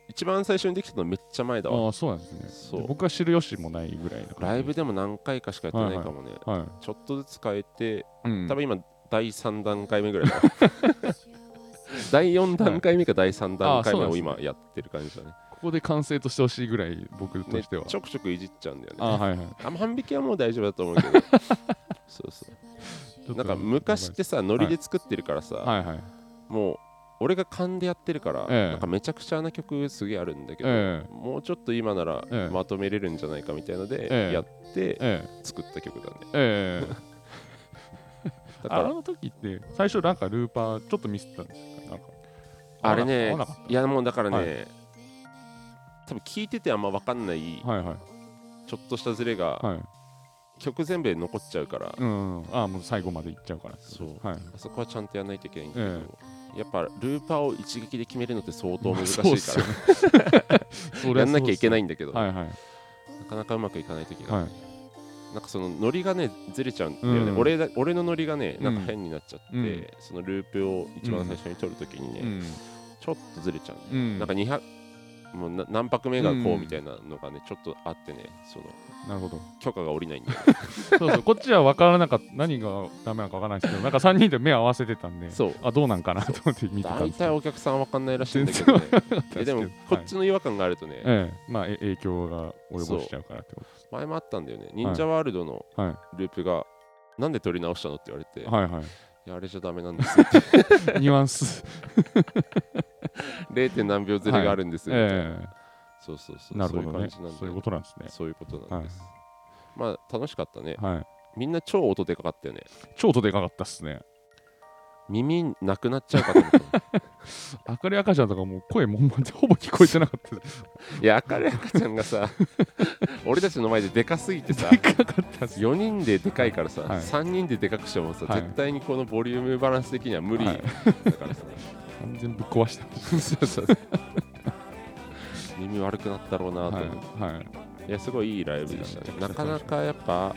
Speaker 1: 一番最初にできたのめっちゃ前だわ
Speaker 2: ああそうなんですね
Speaker 1: そう
Speaker 2: 僕は知る由もないぐらいの
Speaker 1: ライブでも何回かしかやってないかもね、
Speaker 2: は
Speaker 1: ちょっとずつ変えて
Speaker 2: い、うん、
Speaker 1: 多分今第3段階目ぐらいだ <laughs> 第4段階目か第3段階目を今やってる感じだね
Speaker 2: ここで完成としてほしいぐらい僕と
Speaker 1: ね
Speaker 2: しては、
Speaker 1: ちょくちょくいじっちゃうんだよね
Speaker 2: ああはいはい
Speaker 1: あんま半引きはもう大丈夫だと思うけ
Speaker 2: <laughs>
Speaker 1: どそうそ
Speaker 2: ちょっと
Speaker 1: うなんか昔ってさノリで作ってるからさ、
Speaker 2: はいはい
Speaker 1: もう俺が勘でやってるから、
Speaker 2: ええ
Speaker 1: なんかめちゃくちゃな曲すげえあるんだけど、
Speaker 2: ええ
Speaker 1: もうちょっと今なら
Speaker 2: ええ
Speaker 1: まとめれるんじゃないかみたいので、
Speaker 2: ええ
Speaker 1: やって
Speaker 2: え
Speaker 1: 作った曲だね
Speaker 2: えええ
Speaker 1: だか
Speaker 2: あ
Speaker 1: ら
Speaker 2: の時って最初なんかルーパーちょっとミスったんですかなんか
Speaker 1: あれね
Speaker 2: 合わなかっ
Speaker 1: いやもうだからね、
Speaker 2: は
Speaker 1: 多分聞いててあんま分かんない
Speaker 2: たはいはい
Speaker 1: ちょっとしたズレが、
Speaker 2: はい
Speaker 1: 曲全部で残っちゃうから、
Speaker 2: うんああもう最後までいっちゃうから
Speaker 1: そう
Speaker 2: は
Speaker 1: あ
Speaker 2: い
Speaker 1: そこはちゃんとやらないといけないんだけど、
Speaker 2: え
Speaker 1: やっぱルーパーを一撃で決めるのって相当難しいか
Speaker 2: まあそう
Speaker 1: ら、
Speaker 2: っすよねそ
Speaker 1: やんなきゃいけないいんだけど、
Speaker 2: はいはい
Speaker 1: なかなかうまくいかない時が、
Speaker 2: はい
Speaker 1: なんかそのノリがねずれちゃうんだよね、
Speaker 2: うん
Speaker 1: 俺だ俺のノリがねなんか変になっちゃって、
Speaker 2: うん
Speaker 1: そのループを一番最初に取るときにね、
Speaker 2: うん
Speaker 1: ちょっとずれちゃう、
Speaker 2: うん
Speaker 1: なんか200もうな何拍目がこうみたいなのがねちょっとあってねその
Speaker 2: なるほど
Speaker 1: 許可が下りないんだよね
Speaker 2: そうそうこっちは分からなかった何がダメなのか分からないですけどなんか3人で目合わせてたんで
Speaker 1: そう
Speaker 2: あどうなんかなと思って <laughs> 見てたん
Speaker 1: 大
Speaker 2: ですけ
Speaker 1: 体
Speaker 2: ど
Speaker 1: お客さんわかんないらしいんだけどねえでもこっちの違和感があるとね、
Speaker 2: ええまあえ影響が及ぼしちゃうからってことです
Speaker 1: 前もあったんだよね忍者ワールドの
Speaker 2: は
Speaker 1: ループが、なんで撮り直したのって言われて、
Speaker 2: いはい <laughs> はい
Speaker 1: いやあれじゃダメなんですよ <laughs>
Speaker 2: ニュアンス
Speaker 1: 0. 点何秒ずれがあるんですよ、みたいな
Speaker 2: え
Speaker 1: そうそうそ
Speaker 2: え
Speaker 1: う
Speaker 2: なるほどね
Speaker 1: そういう感じなんで
Speaker 2: そういうことなんですね
Speaker 1: そういうことなんです、まあ楽しかったね
Speaker 2: はい
Speaker 1: みんな超音でかかったよね
Speaker 2: ちょっとでかかったっすね
Speaker 1: 耳なくなっちゃうかと思った
Speaker 2: <laughs> 明るい赤ちゃんとかもう声もんまでほぼ聞こえてなかっ
Speaker 1: <laughs>
Speaker 2: たです
Speaker 1: いや明るい赤ちゃんが
Speaker 2: <laughs>
Speaker 1: さ俺たちの前ででかすぎてさ
Speaker 2: でかかったっす
Speaker 1: 4人ででかいからさ、
Speaker 2: はい
Speaker 1: 3人ででかくしてもさ、
Speaker 2: はい
Speaker 1: 絶対にこのボリュームバランス的には無理
Speaker 2: は
Speaker 1: だ
Speaker 2: い
Speaker 1: からさ、
Speaker 2: 完全ぶっ壊した
Speaker 1: そうそう耳悪くなったろうなと思
Speaker 2: はい
Speaker 1: って、
Speaker 2: はい
Speaker 1: い、やすごいいいライブでしたね
Speaker 2: めちゃ
Speaker 1: な
Speaker 2: くちゃ
Speaker 1: かなかやっぱ、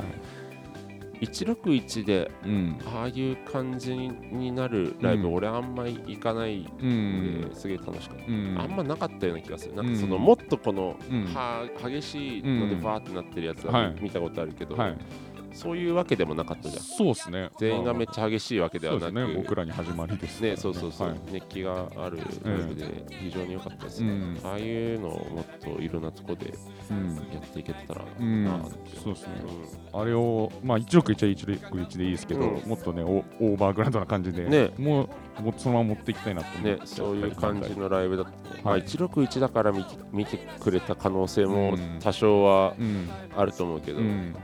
Speaker 1: 161で
Speaker 2: うん
Speaker 1: ああいう感じになるライブ、
Speaker 2: うん
Speaker 1: 俺あんまり行かないので、
Speaker 2: うん
Speaker 1: すげえ楽しかった、
Speaker 2: うん
Speaker 1: あんまなかったような気がするなんかその、
Speaker 2: うん
Speaker 1: もっとこの、
Speaker 2: うん
Speaker 1: は激しいのでバーってなってるやつ
Speaker 2: は
Speaker 1: はい見たことあるけど、
Speaker 2: はい
Speaker 1: そういうわけでもなかったじゃん
Speaker 2: そうっすね
Speaker 1: 全員がめっちゃ激しいわけではなく
Speaker 2: そうですね僕らに始まりですから
Speaker 1: ね、そうそうそう、
Speaker 2: はい
Speaker 1: 熱気があるライブで非常に良かったですね、
Speaker 2: うん
Speaker 1: ああいうのをもっといろんなとこで
Speaker 2: うん
Speaker 1: やっていけたらな
Speaker 2: うん
Speaker 1: あって
Speaker 2: そうですね
Speaker 1: う
Speaker 2: あれを、まあ、1億1は1億1でいいですけど、
Speaker 1: うん
Speaker 2: もっとねオ、オーバーグラウンドな感じで、
Speaker 1: ね
Speaker 2: もうもうそのまま持っていきたいなと思
Speaker 1: ん
Speaker 2: っ
Speaker 1: ね、
Speaker 2: て、
Speaker 1: そういう感じのライブだった、ね
Speaker 2: い
Speaker 1: まあ、161だから見て見てくれた可能性
Speaker 2: う
Speaker 1: も
Speaker 2: ん
Speaker 1: 多少は
Speaker 2: うん、
Speaker 1: あると思うけど、
Speaker 2: うん、
Speaker 1: ね、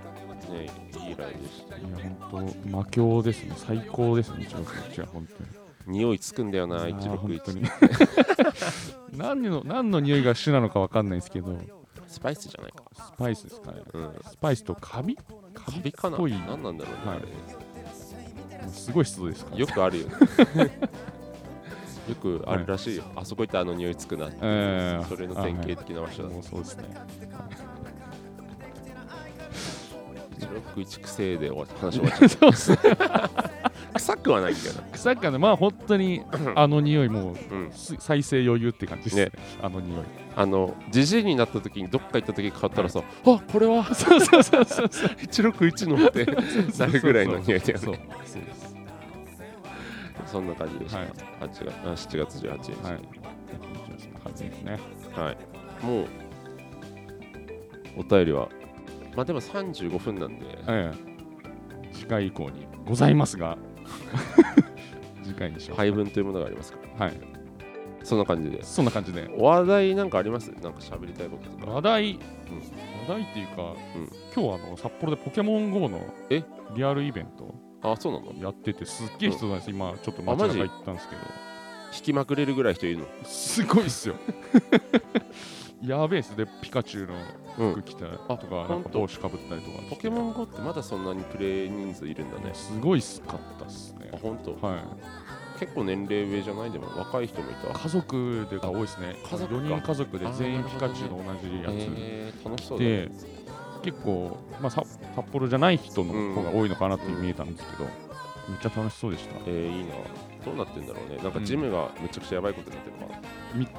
Speaker 1: いいライブでした
Speaker 2: いや、本当、魔境ですね、最高ですね、1億1は、本当に。
Speaker 1: 匂いつくんだよな
Speaker 2: あー本当
Speaker 1: 161
Speaker 2: に <laughs> 何の何の匂いが主なのかわかんないですけど、
Speaker 1: スパイスじゃないか、
Speaker 2: スパイスですかね、
Speaker 1: うん、
Speaker 2: スパイスとカビカ
Speaker 1: カビかな
Speaker 2: っぽい
Speaker 1: 何なんだろうね、
Speaker 2: はい
Speaker 1: あれ
Speaker 2: すごい湿度ですから、
Speaker 1: よくあるよねよくあるらしいよ、あそこ行ったらあの匂いつくなって、
Speaker 2: えー
Speaker 1: それの典型的な場所だ、<laughs>
Speaker 2: もうそうですね、 <laughs>
Speaker 1: 161癖で終わっ話終わっちゃっ
Speaker 2: そうっすね
Speaker 1: た臭くはないんだよな
Speaker 2: 臭くはないまあ本当にあの匂いもう
Speaker 1: うん、
Speaker 2: す再生余裕って感じですね
Speaker 1: ね
Speaker 2: あの匂い
Speaker 1: あのじじいになった時にどっか行った時買ったらさ、あこれ <laughs> は
Speaker 2: そうそうそうそうそう
Speaker 1: 161の
Speaker 2: <laughs>
Speaker 1: ってなるぐらいの匂いだよ
Speaker 2: そう
Speaker 1: ね
Speaker 2: そうです
Speaker 1: そんな感じでした、
Speaker 2: はい
Speaker 1: 8月あ7月18日
Speaker 2: はいそんな感じですね
Speaker 1: はい、もうお便りはまあでも35分なんで、
Speaker 2: ええ次回以降にございますが <laughs> 次回にしよう
Speaker 1: 配分というものがありますから
Speaker 2: はい
Speaker 1: そんな感じです
Speaker 2: そんな感じで
Speaker 1: 話題なんかありますなんか喋りたいこととか
Speaker 2: 話題話題っていうか
Speaker 1: うん
Speaker 2: 今日あの札幌でポケモン GO の
Speaker 1: え
Speaker 2: リアルイベント
Speaker 1: あそうなの
Speaker 2: やっててすっげえ人なんです今ちょっと街
Speaker 1: あマジ
Speaker 2: 中行ったんですけど
Speaker 1: 引きまくれるぐらい人いるの
Speaker 2: すごいっすよやべえっすでピカチュウの
Speaker 1: うん
Speaker 2: 服着たり
Speaker 1: あ
Speaker 2: とか,、な
Speaker 1: ほ
Speaker 2: ん
Speaker 1: ん
Speaker 2: か
Speaker 1: と
Speaker 2: 帽子かぶったりとか
Speaker 1: ポケモン GO ってまだそんなにプレイ人数いるんだね
Speaker 2: すごいっすかったっすね
Speaker 1: あ本当
Speaker 2: はい
Speaker 1: 結構年齢上じゃないでも若い人もいた
Speaker 2: 家族でが多いっすね
Speaker 1: 家族か
Speaker 2: 4人家族で全員
Speaker 1: あー
Speaker 2: ピカチュウの同じやつ、
Speaker 1: えー、楽しそうだね
Speaker 2: で結構、まあ、さ札幌じゃない人の方が多いのかなって見えたんですけど、めっちゃ楽しそうでした
Speaker 1: えー、いいなどうなってんだろうねなんかジムがめちゃくちゃやばいことになってるのかな、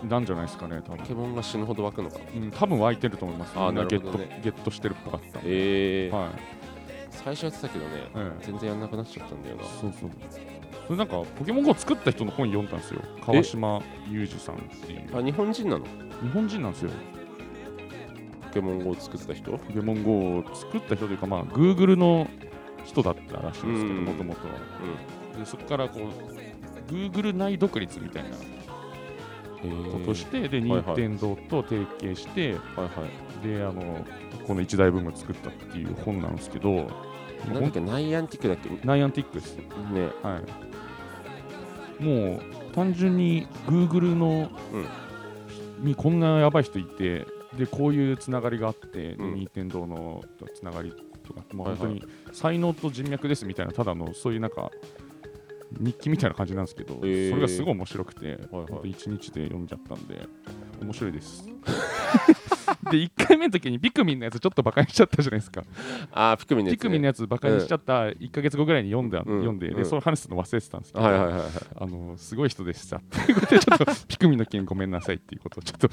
Speaker 2: みなんじゃないですかね多分
Speaker 1: ポケモンが死ぬほど湧くのかな
Speaker 2: うん、多分湧いてると思います。
Speaker 1: あー
Speaker 2: みんな
Speaker 1: な
Speaker 2: ゲ
Speaker 1: る
Speaker 2: ッ
Speaker 1: ほ
Speaker 2: ト、
Speaker 1: どね
Speaker 2: ゲットしてるっぽかった。
Speaker 1: えー
Speaker 2: はい。
Speaker 1: 最初やってたけどね
Speaker 2: ええ
Speaker 1: 全然やんなくなっちゃったんだよな
Speaker 2: そうそう。それなんかポケモン GO を作った人の本読んだんですよ。川島裕二さんっていう
Speaker 1: あ日本人なの
Speaker 2: 日本人なんですよ。
Speaker 1: ポケモン GO を作った人
Speaker 2: ポケモン GO を作った人というかまあ Google の人だったらしいんですけど
Speaker 1: うん
Speaker 2: もともとは。でそこからこう Google 内独立みたいな
Speaker 1: うん
Speaker 2: ことしてで
Speaker 1: はいは
Speaker 2: 任
Speaker 1: い
Speaker 2: 天堂と提携して
Speaker 1: はいはい
Speaker 2: であのこの一大ブームを作ったっていう本なんですけど。
Speaker 1: なんだっけナイアンティックだっけね
Speaker 2: ナイアンティックです。はい、もう単純に Google の、にこんなやばい人いてでこういうつながりがあって、
Speaker 1: うん
Speaker 2: 任天堂のつながりとかもう
Speaker 1: はい
Speaker 2: 本当
Speaker 1: はい
Speaker 2: に才能と人脈ですみたいなただのそういうなんか日記みたいな感じなんですけど、
Speaker 1: へー
Speaker 2: それがすごい面白く
Speaker 1: は
Speaker 2: て、
Speaker 1: い
Speaker 2: ほんと一日で読んじゃったんで面白いです。 <laughs> で1回目の時にピクミンのやつちょっとバカにしちゃったじゃないですか。
Speaker 1: あーピクミンのや
Speaker 2: ピ
Speaker 1: つ、
Speaker 2: クミンの
Speaker 1: ね、
Speaker 2: やつバカにしちゃった1か月後ぐらいに読んだ、
Speaker 1: うん
Speaker 2: 読んで、
Speaker 1: う
Speaker 2: で
Speaker 1: ん
Speaker 2: その話すの忘れてたんですけど、
Speaker 1: はいはいはいはい
Speaker 2: あのすごい人でしたっていう <laughs> ことでちょっとピクミンの件ごめんなさいっていうことをちょっと
Speaker 1: い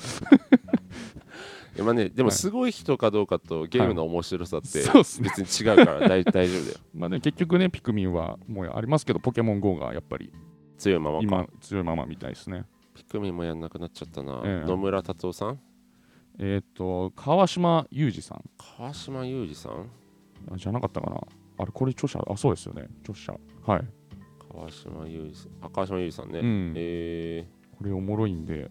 Speaker 1: やまあねでも
Speaker 2: はい
Speaker 1: すごい人かどうかとゲームの面白さって
Speaker 2: そうっすね
Speaker 1: 別に違うから大大丈夫だ
Speaker 2: <laughs>
Speaker 1: よ
Speaker 2: まあでも結局ねピクミンはもうありますけどポケモン GO がやっぱり
Speaker 1: 強いまま
Speaker 2: 今強いままみたいですね
Speaker 1: ピクミンもやんなくなっちゃったな、
Speaker 2: ええ
Speaker 1: 野村達夫さん
Speaker 2: えっ、と川島裕二さん
Speaker 1: 川島裕二さん
Speaker 2: あじゃなかったかなあれこれ著者あそうですよね著者はい、
Speaker 1: 川島裕二さんあ川島裕二さんね、
Speaker 2: うん
Speaker 1: え
Speaker 2: これおもろいんで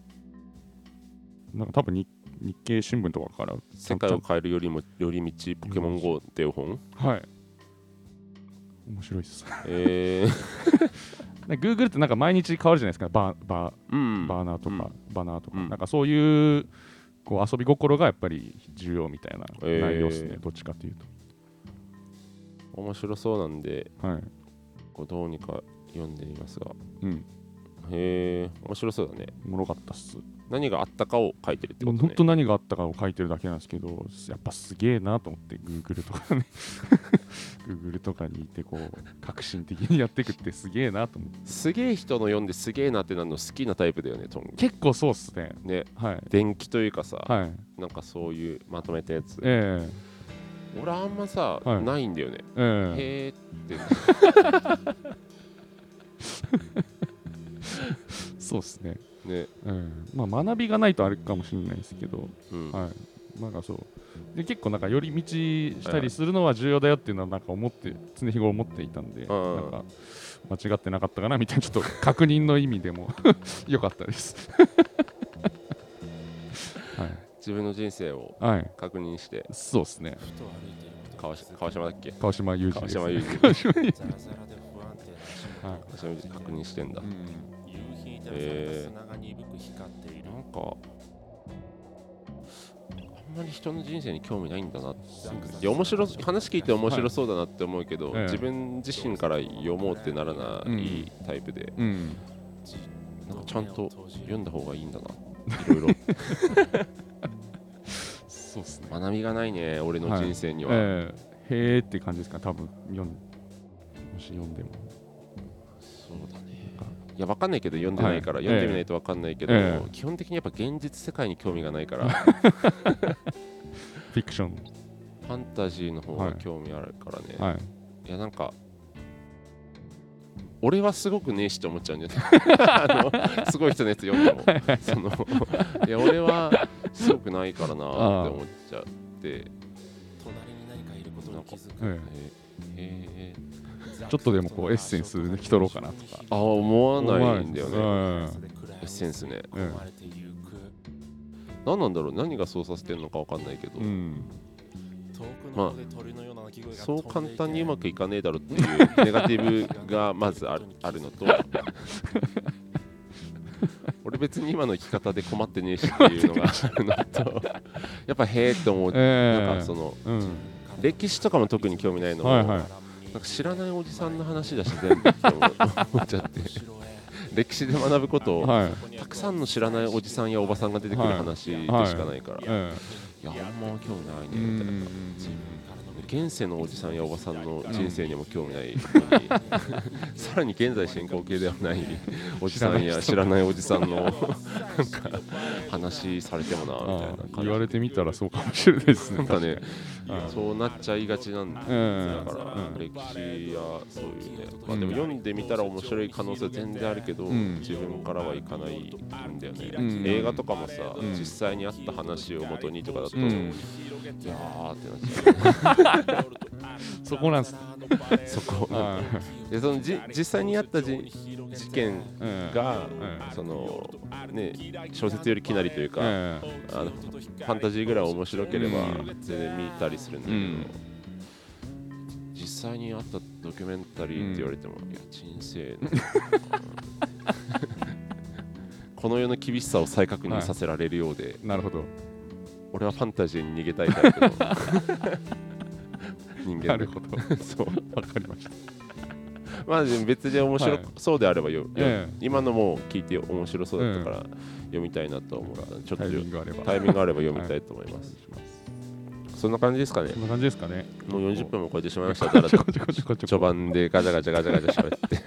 Speaker 2: なんか多分日日経新聞とかから
Speaker 1: ー、世界を変えるよりも寄り道ポケモン GO っていう本、
Speaker 2: はい面白いです
Speaker 1: え
Speaker 2: <laughs>
Speaker 1: ー、
Speaker 2: で Google ってなんか毎日変わるじゃないですかバーバ
Speaker 1: うん
Speaker 2: ーバーナーとか、バナーと
Speaker 1: う
Speaker 2: か、
Speaker 1: ん
Speaker 2: なんかそういうこう遊び心がやっぱり重要みたいな
Speaker 1: えー
Speaker 2: 内容ですね、どっちかという
Speaker 1: 面白そうなんで
Speaker 2: と、はい
Speaker 1: こうどうにか読んでみますが
Speaker 2: うん、
Speaker 1: へえ面白そうだね
Speaker 2: おもろかったっす
Speaker 1: 何があったかを書いてるって
Speaker 2: で
Speaker 1: こ
Speaker 2: も
Speaker 1: と
Speaker 2: 本
Speaker 1: ね
Speaker 2: 当何があったかを書いてるだけなんですけどやっぱすげえなと思って Google とかね <laughs> Google とかにいてこう革新的にやっていくってすげえなと思って
Speaker 1: すげえ人の読んですげえなってなるの好きなタイプだよねトング
Speaker 2: 結構そうっすね
Speaker 1: ね
Speaker 2: はい
Speaker 1: 電気というかさ、
Speaker 2: はい
Speaker 1: なんかそういうまとめたやつ
Speaker 2: ええ
Speaker 1: 俺あんまさ、
Speaker 2: はい
Speaker 1: ないんだよね
Speaker 2: ええ
Speaker 1: へえって
Speaker 2: そうっすね、
Speaker 1: ね
Speaker 2: うん、まあ学びがないとあれかもしれないですけど
Speaker 1: うん、
Speaker 2: はい、なんかそうで結構なんか寄り道したりするのは重要だよっていうのはなんか思って常日頃思っていたんで、
Speaker 1: うん
Speaker 2: なんか間違ってなかったかなみたいなちょっと確認の意味で
Speaker 1: <laughs>
Speaker 2: も良かったです。
Speaker 1: 自分の人生を
Speaker 2: はい、はい、
Speaker 1: 確認して
Speaker 2: そうですね。
Speaker 1: 川し川島だっけ
Speaker 2: 川島裕二
Speaker 1: 川
Speaker 2: です。
Speaker 1: 島裕二
Speaker 3: ザラザラで不安定な
Speaker 2: はい
Speaker 1: 川島裕二確認してんだ、
Speaker 2: うん
Speaker 3: 夕日で
Speaker 1: えー
Speaker 3: 砂が鈍く光っている
Speaker 1: なんかあんまり人の人生に興味ないんだなっていや面白そ話聞いて面白そうだなって思うけど、
Speaker 2: はいええ
Speaker 1: 自分自身から読もうってならないタイプで、
Speaker 2: うん、
Speaker 1: なんかちゃんと読んだ方がいいんだ
Speaker 2: <laughs>
Speaker 1: ないろいろ
Speaker 2: そうですね。
Speaker 1: 学びがない
Speaker 2: <laughs>
Speaker 1: ね俺の人生には、
Speaker 2: ええへえって感じですか。多分読んもし読んでも
Speaker 1: そうだねいやわかんないけど読んでないから、
Speaker 2: はい
Speaker 1: 読んでみないとわかんないけど、
Speaker 2: ええ
Speaker 1: 基本的にやっぱ現実世界に興味がないから
Speaker 2: フィクション、
Speaker 1: ファンタジーの方が興味あるからね、
Speaker 2: はい、
Speaker 1: いやなんか俺はすごくねえしって思っちゃうんだよね <laughs> あのすごい人のやつ読ん <laughs> でもそのいや俺はすごくないからなって思っちゃって
Speaker 3: 隣に何かいることに気づく
Speaker 2: え
Speaker 1: ええ
Speaker 2: えちょっとでもこうエッセンス抜き取ろうかなとか
Speaker 1: ああ思
Speaker 2: え。
Speaker 1: わないんだよね
Speaker 2: ね
Speaker 1: エッセンスね
Speaker 2: うん
Speaker 3: 壊れてゆく
Speaker 1: 何なんだろう何がそうさせてるのか分かんないけど、
Speaker 2: うん、
Speaker 3: 遠くの方で鳥のような鳴き声が
Speaker 1: そう簡単にうまくいかねえだろっていうネガティブがまずあるあるの
Speaker 2: <laughs>
Speaker 1: と俺別に今の生き方で困ってねえしっていうのがあるのとやっぱへえって思う、
Speaker 2: ええ
Speaker 1: なんかその
Speaker 2: うん、
Speaker 1: 歴史とかも特に興味ないのも、
Speaker 2: はいはい
Speaker 1: なんか知らないおじさんの話だし全部って思う思っちゃって <laughs> 歴史で学ぶことを、
Speaker 2: はい。
Speaker 1: たくさんの知らないおじさんやおばさんが出てくる話でしかないから、いやあんま興
Speaker 2: え
Speaker 1: 味ないね
Speaker 2: えうん
Speaker 1: みたいな、
Speaker 2: うん
Speaker 1: 現世のおじさんやおばさんの人生にも興味ない、
Speaker 2: <laughs>
Speaker 1: さらに現在進行形では
Speaker 2: <laughs>
Speaker 1: ないおじさんや知らないおじさんのなんか話されてもなみたいな感じ
Speaker 2: 言われてみたらそうかもしれないですね
Speaker 1: なんかね
Speaker 2: うん
Speaker 1: そうなっちゃいがちなんだ
Speaker 2: う
Speaker 1: か
Speaker 2: ん
Speaker 1: ら、
Speaker 2: うん
Speaker 1: 歴史やそういうね、
Speaker 2: う
Speaker 1: まあ、
Speaker 2: ん
Speaker 1: でも読んでみたら面白い可能性全然あるけど、
Speaker 2: うん
Speaker 1: 自分からはいかないんだよね、
Speaker 2: うん
Speaker 1: 映画とかもさ、
Speaker 2: ん
Speaker 1: 実際にあった話を元にとかだと、
Speaker 2: う
Speaker 1: い
Speaker 2: ん
Speaker 1: やーってなっちゃう
Speaker 2: そこなんです
Speaker 1: そこ
Speaker 2: あ
Speaker 1: でそのじ実際にあったじ事件
Speaker 2: ーうん
Speaker 1: が、
Speaker 2: うん
Speaker 1: そのね小説よりきなりという
Speaker 2: う
Speaker 1: か、
Speaker 2: ん
Speaker 1: あのファンタジーぐらい面白ければ
Speaker 2: うん
Speaker 1: 全然見た <laughs> りするんだけど、実際にあったドキュメンタリーって言われても、いや人生の <laughs> この世の厳しさを再確認させられるようで、
Speaker 2: なるほど
Speaker 1: 俺はファンタジーに逃げたいタイプ
Speaker 2: <laughs>
Speaker 1: の人間
Speaker 2: な
Speaker 1: だ
Speaker 2: る
Speaker 1: か
Speaker 2: ほど
Speaker 1: ら <laughs> そう
Speaker 2: わかりました
Speaker 1: まあでも別に面白、
Speaker 2: はい
Speaker 1: そうであればよ、
Speaker 2: ええ
Speaker 1: 今のも聞いて面白そうだったから読みたいなと思ったのでちょっと
Speaker 2: タイミングがあれば
Speaker 1: タイミングがあれば読みたいと思います、そんな感じですかね
Speaker 2: こんな感じですかね
Speaker 1: もう40分も超えてしまいました <laughs> だらだら
Speaker 2: こちょこちょこちょ
Speaker 1: 序
Speaker 2: こ
Speaker 1: 盤でガチャガチャガチャガチャ喋
Speaker 2: <laughs>
Speaker 1: って
Speaker 2: い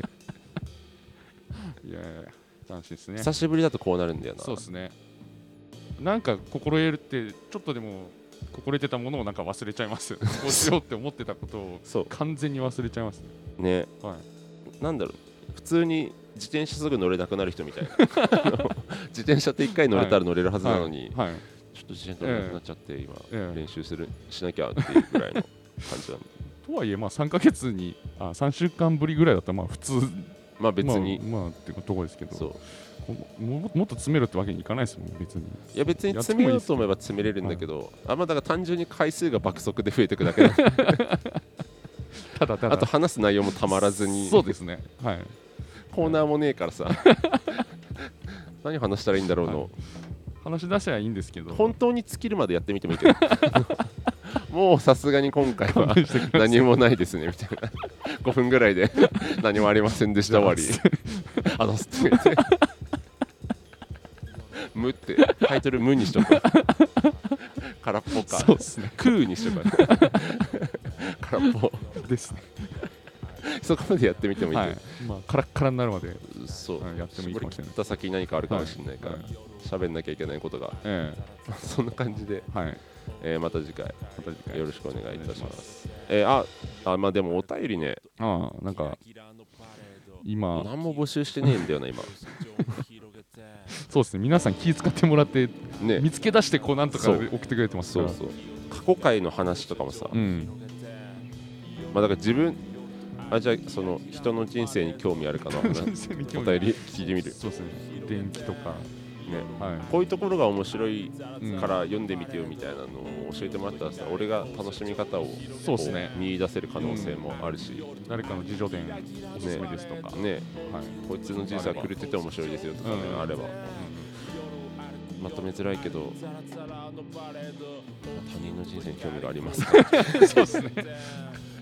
Speaker 2: やいやいや楽しいですね
Speaker 1: 久しぶりだとこうなるんだよな
Speaker 2: そうですねなんか心得るってちょっとでも心得てたものをなんか忘れちゃいますよねこうしようって思ってたことを
Speaker 1: そ
Speaker 2: 完全に忘れちゃいますね
Speaker 1: うね
Speaker 2: はい
Speaker 1: なんだろう普通に自転車すぐ乗れなくなる人
Speaker 2: <laughs>
Speaker 1: みたいなあの自転車って1回乗れたら乗れるはずなのに、
Speaker 2: はいはい
Speaker 1: ちょっと自転車乗れなくなっちゃって今、
Speaker 2: ええ
Speaker 1: 練習するしなきゃっていうぐらいの感じだ
Speaker 2: とはいえまあ3ヶ月にあ3週間ぶりぐらいだったらまあ普通
Speaker 1: まあ別に、
Speaker 2: まあ、まあ、ってとこですけど
Speaker 1: そう
Speaker 2: こうももっと詰めろってわけにいかないですもん別に
Speaker 1: いや別に
Speaker 2: やっても
Speaker 1: 詰めようと思えば詰めれるんだけど、あんまだから単純に回数が爆速で増えていくだけ
Speaker 2: <laughs>
Speaker 1: だ
Speaker 2: ただただ
Speaker 1: あと話す内容もたまらずに
Speaker 2: そうですねはい
Speaker 1: コーナーもねえ
Speaker 2: <laughs>
Speaker 1: からさ何話したらいいんだろうの、
Speaker 2: はい話し出せばいいんですけど
Speaker 1: 本当に尽きるまでやってみてもいいけ
Speaker 2: <laughs>
Speaker 1: どもうさすがに今回は
Speaker 2: 弁してください
Speaker 1: 何もないですねみたいな5分ぐらい
Speaker 2: <laughs>
Speaker 1: で何もありませんでした終わりあのすって言
Speaker 2: <laughs>
Speaker 1: って「無」ってタイトル「無」にし
Speaker 2: <laughs>
Speaker 1: とく空っぽか
Speaker 2: そうですね
Speaker 1: 空にしとくか <laughs> 空っぽ
Speaker 2: ですね
Speaker 1: そこまでやってみてもいい
Speaker 2: は
Speaker 1: け
Speaker 2: いまあカラッカラになるまで
Speaker 1: ど、そう、
Speaker 2: うんやってもいいかもしれ
Speaker 1: 絞り切
Speaker 2: ない
Speaker 1: った先に何かあるかもしれないから
Speaker 2: はい
Speaker 1: 喋、んなきゃいけないこと
Speaker 2: <laughs>
Speaker 1: が
Speaker 2: え
Speaker 1: そんな感じで、
Speaker 2: えはい
Speaker 1: えーまた次回
Speaker 2: また次回
Speaker 1: よろしくお願いいたします
Speaker 2: す
Speaker 1: えーああまあでもお便りね
Speaker 2: ああなんか今
Speaker 1: 何も募集してねえんだよな
Speaker 2: <laughs>
Speaker 1: 今
Speaker 2: そうですね皆さん気遣ってもらって見
Speaker 1: ね
Speaker 2: つけ出してこうなんとか
Speaker 1: そう
Speaker 2: 送ってくれてますか
Speaker 1: そう
Speaker 2: ら
Speaker 1: そう過去回の話とかもさ、
Speaker 2: うん
Speaker 1: まあだから自分あじゃあその人の人生に興味あるかなお便
Speaker 2: 人生に <laughs> 興味
Speaker 1: り聞いてみる、
Speaker 2: そうですね電気とか
Speaker 1: ね、
Speaker 2: はい
Speaker 1: こういうところが面白い
Speaker 2: うん
Speaker 1: から読んでみてよみたいなのを教えてもらったらさ俺が楽しみ方を
Speaker 2: そうっすね
Speaker 1: こう見出せる可能性もあるし、
Speaker 2: 誰かの自助伝おすすめですとか
Speaker 1: ね
Speaker 2: はい
Speaker 1: <laughs> こいつの人生は狂ってて面白いですよとかね、
Speaker 2: うん
Speaker 1: あればまとめづらいけど他人の人生に興味があります
Speaker 2: <laughs>
Speaker 1: か
Speaker 2: そうですね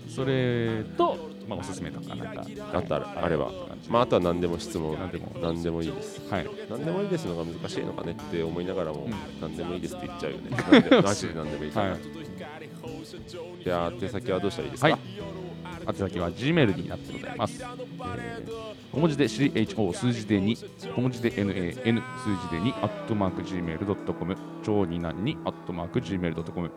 Speaker 2: それとまあおすすめとかなんか
Speaker 1: あったらあればまああとは何でも質問
Speaker 2: 何でも
Speaker 1: 何でもいいです
Speaker 2: はい
Speaker 1: 何でもいいですのが難しいのかねって思いながらも、
Speaker 2: ん
Speaker 1: 何でもいいですって言っちゃうよ
Speaker 2: <laughs>
Speaker 1: ね何でもマジで何でもいいか
Speaker 2: は
Speaker 1: ら、
Speaker 2: い
Speaker 1: であ宛先はどうしたらいいですか、
Speaker 2: はい。宛先は Gmail になってございます。えー小文字で CHO 数字で2、小文字で NAN 数字で2、アットマーク Gmail.com、超二男にアットマーク Gmail.com、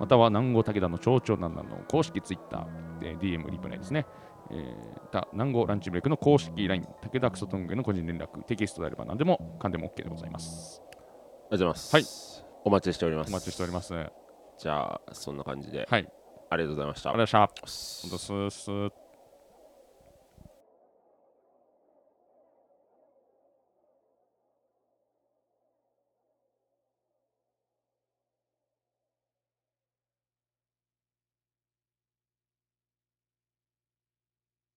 Speaker 2: または南郷武田の超長男なの公式 Twitter、えー DM リプライですね。えー、た南郷ランチブレイクの公式 LINE、武田クソトングの個人連絡、テキストであれば何でもかんでも OK でございます。
Speaker 1: ありがとうございます、
Speaker 2: はい
Speaker 1: お待ちしております
Speaker 2: お待ちしております。はい。
Speaker 1: じゃあそんな感じで、
Speaker 2: ありがとう
Speaker 1: ありがとうございました
Speaker 2: ございました。ほんとすーすー